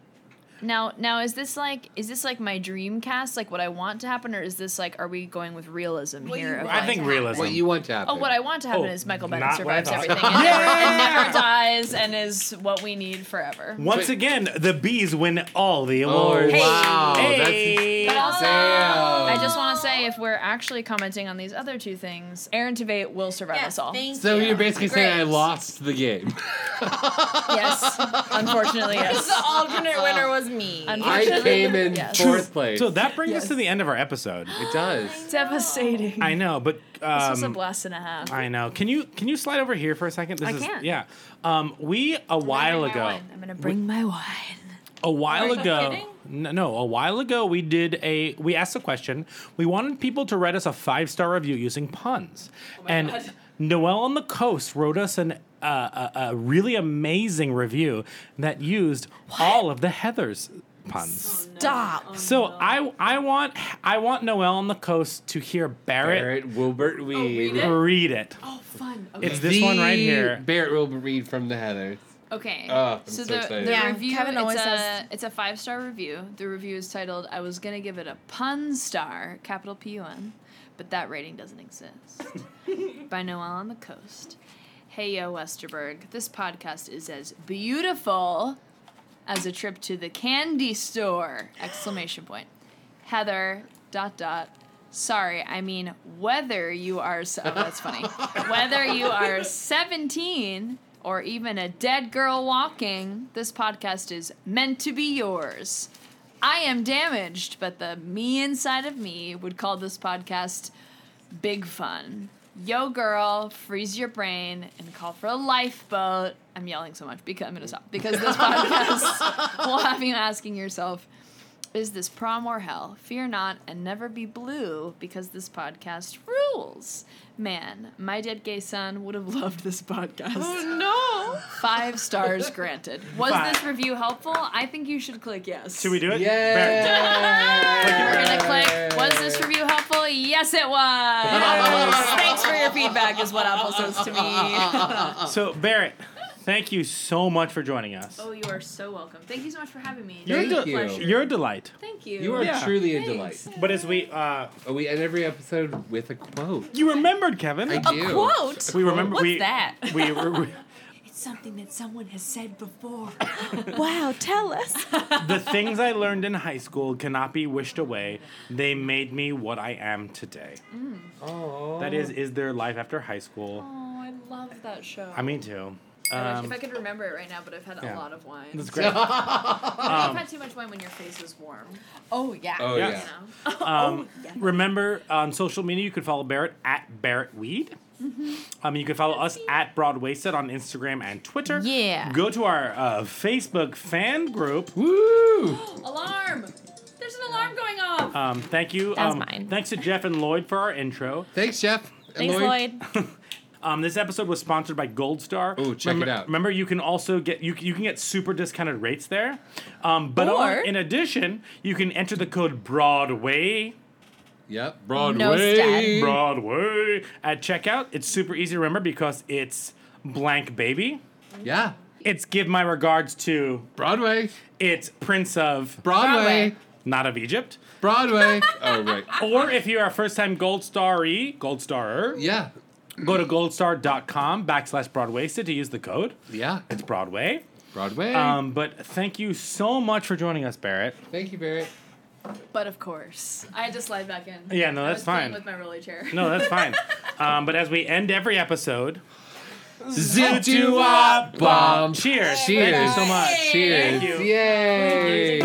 S8: now now is this like is this like my dream cast, like what I want to happen, or is this like are we going with realism here? of,
S7: I
S8: like-
S7: think realism.
S6: What you want to happen?
S8: Oh, what I want to happen
S7: Oh,
S8: is Michael
S7: not
S8: Bennett
S7: what I
S8: survives
S7: thought.
S8: everything and, never, and never dies and is what we need forever.
S7: Once again, the bees win all the
S6: Oh,
S7: awards.
S6: wow.
S7: Hey.
S8: But also,
S6: Damn.
S8: I just want to say if we're actually commenting on these other two things, Aaron Tveit will survive us all.
S6: So you're basically saying I lost the game.
S8: yes, unfortunately, yes.
S5: Because the alternate winner was me.
S6: I came in fourth place.
S7: So that brings us
S8: Yes.
S7: to the end of our episode.
S6: it does.
S8: Devastating.
S7: I know, but um,
S8: this was a blast and a half.
S7: I know. Can you can you slide over here for a second? This
S8: I
S7: is
S8: can.
S7: yeah. Um, we a while ago.
S8: I'm gonna bring my wine.
S7: a while
S8: Are you
S7: ago
S8: kidding?
S7: no, no a while ago we did a we asked a question we wanted people to write us a five star review using puns
S8: Oh
S7: and noel on the coast wrote us an uh, a, a really amazing review that used all of the heathers
S8: Oh,
S7: puns
S5: Stop.
S7: so I I want I want Noel on the coast to hear Barrett,
S6: Barrett Wilbert Weed.
S7: read it.
S8: Oh, fun.
S7: It's this one right
S6: The
S7: here.
S6: Barrett Wilbert Weed from the Heathers.
S8: Okay.
S6: Oh, I'm
S8: so,
S6: so
S8: the,
S6: excited.
S8: the
S6: Yeah,
S8: review
S5: Kevin
S8: it's
S5: always
S8: a,
S5: says-
S8: it's a five star review. The review is titled I was gonna give it a pun star, capital P U N, but that rating doesn't exist. By Noel on the Coast. Hey yo, Westerberg. This podcast is as beautiful as a trip to the candy store. Exclamation point. Heather dot dot Sorry, I mean whether you are. s- Oh, that's funny. whether you are 17 or even a dead girl walking, this podcast is meant to be yours. I am damaged, but the me inside of me would call this podcast big fun. Yo, girl, freeze your brain and call for a lifeboat. I'm yelling so much because I'm gonna stop because this podcast will have you asking yourself, "Is this prom or hell?" Fear not and never be blue because this podcast rules. Man, my dead gay son would have loved this podcast.
S16: Oh
S8: no! Five stars granted. Was
S7: Five.
S8: this review helpful? I think you should click yes.
S7: Should we do it?
S8: We're gonna click. Was this review helpful? Yes, it was. Thanks for your feedback. Is what Apple says to me.
S7: So Barrett, thank you so much for joining us.
S8: oh, you are so welcome. Thank you so much for having me.
S7: You're, a de- you're a delight.
S8: Thank you.
S6: You are
S7: Yeah.
S6: truly a
S8: Thanks.
S6: delight.
S7: But as we uh,
S6: we end every episode with a quote.
S7: You remembered, Kevin.
S6: I do.
S7: We remember.
S8: What's
S7: we,
S8: that?
S7: We, we-
S8: It's something that someone has said before.
S11: wow, tell us.
S7: the things I learned in high school cannot be wished away. They made me what I am today.
S8: Oh.
S7: That is, is there life after high school?
S8: Oh, I love that show.
S7: I mean, too.
S8: I wish-
S7: Um,
S8: if I could remember it right now, but I've had
S7: yeah.
S8: a lot of wine.
S7: That's great.
S8: You know,
S7: Um,
S8: I've had too much wine when your face was warm. Oh yeah.
S7: Oh, yeah. um,
S8: Oh,
S7: Remember, on social media, you could follow Barrett at Barrett Weed.
S8: Mm-hmm.
S7: Um, you can follow us at Broadwayset on Instagram and Twitter.
S8: Yeah.
S7: Go to our uh, Facebook fan group.
S6: Woo!
S8: Alarm! There's an alarm going off.
S7: Um, thank you.
S8: That was
S7: um, Thanks to Jeff and Lloyd for our intro.
S6: Thanks, Jeff.
S7: Um, this episode was sponsored by Gold Star. Oh,
S6: check it out.
S7: Remember, you can also get you, you can get super discounted rates there. Um, but al-
S8: Or-
S7: in addition, you can enter the code Broadway.
S6: Yep,
S7: Broadway. Broadway at checkout. It's super easy to remember because it's blank baby.
S6: Yeah.
S7: It's give my regards to
S6: Broadway.
S7: It's Prince of
S6: Broadway.
S7: Not of Egypt.
S6: Broadway. oh right.
S7: Or if you're a first time gold staree, gold starer.
S6: Yeah.
S7: Go to goldstar.com backslash Broadwasted to use the code.
S6: Yeah.
S7: It's Broadway.
S6: Broadway.
S7: Um, but thank you so much for joining us, Barrett.
S6: Thank you, Barrett.
S8: But of course, I had to slide back in.
S7: Yeah, no,
S8: I
S7: that's
S8: was playing
S7: fine.
S8: With my rolly chair.
S7: No, that's fine. um, but as we end every episode,
S6: Zip
S7: you up,
S6: bomb.
S7: Cheers.
S6: Cheers.
S7: Thank you so much.
S6: Cheers.
S7: Thank you.
S6: Yay.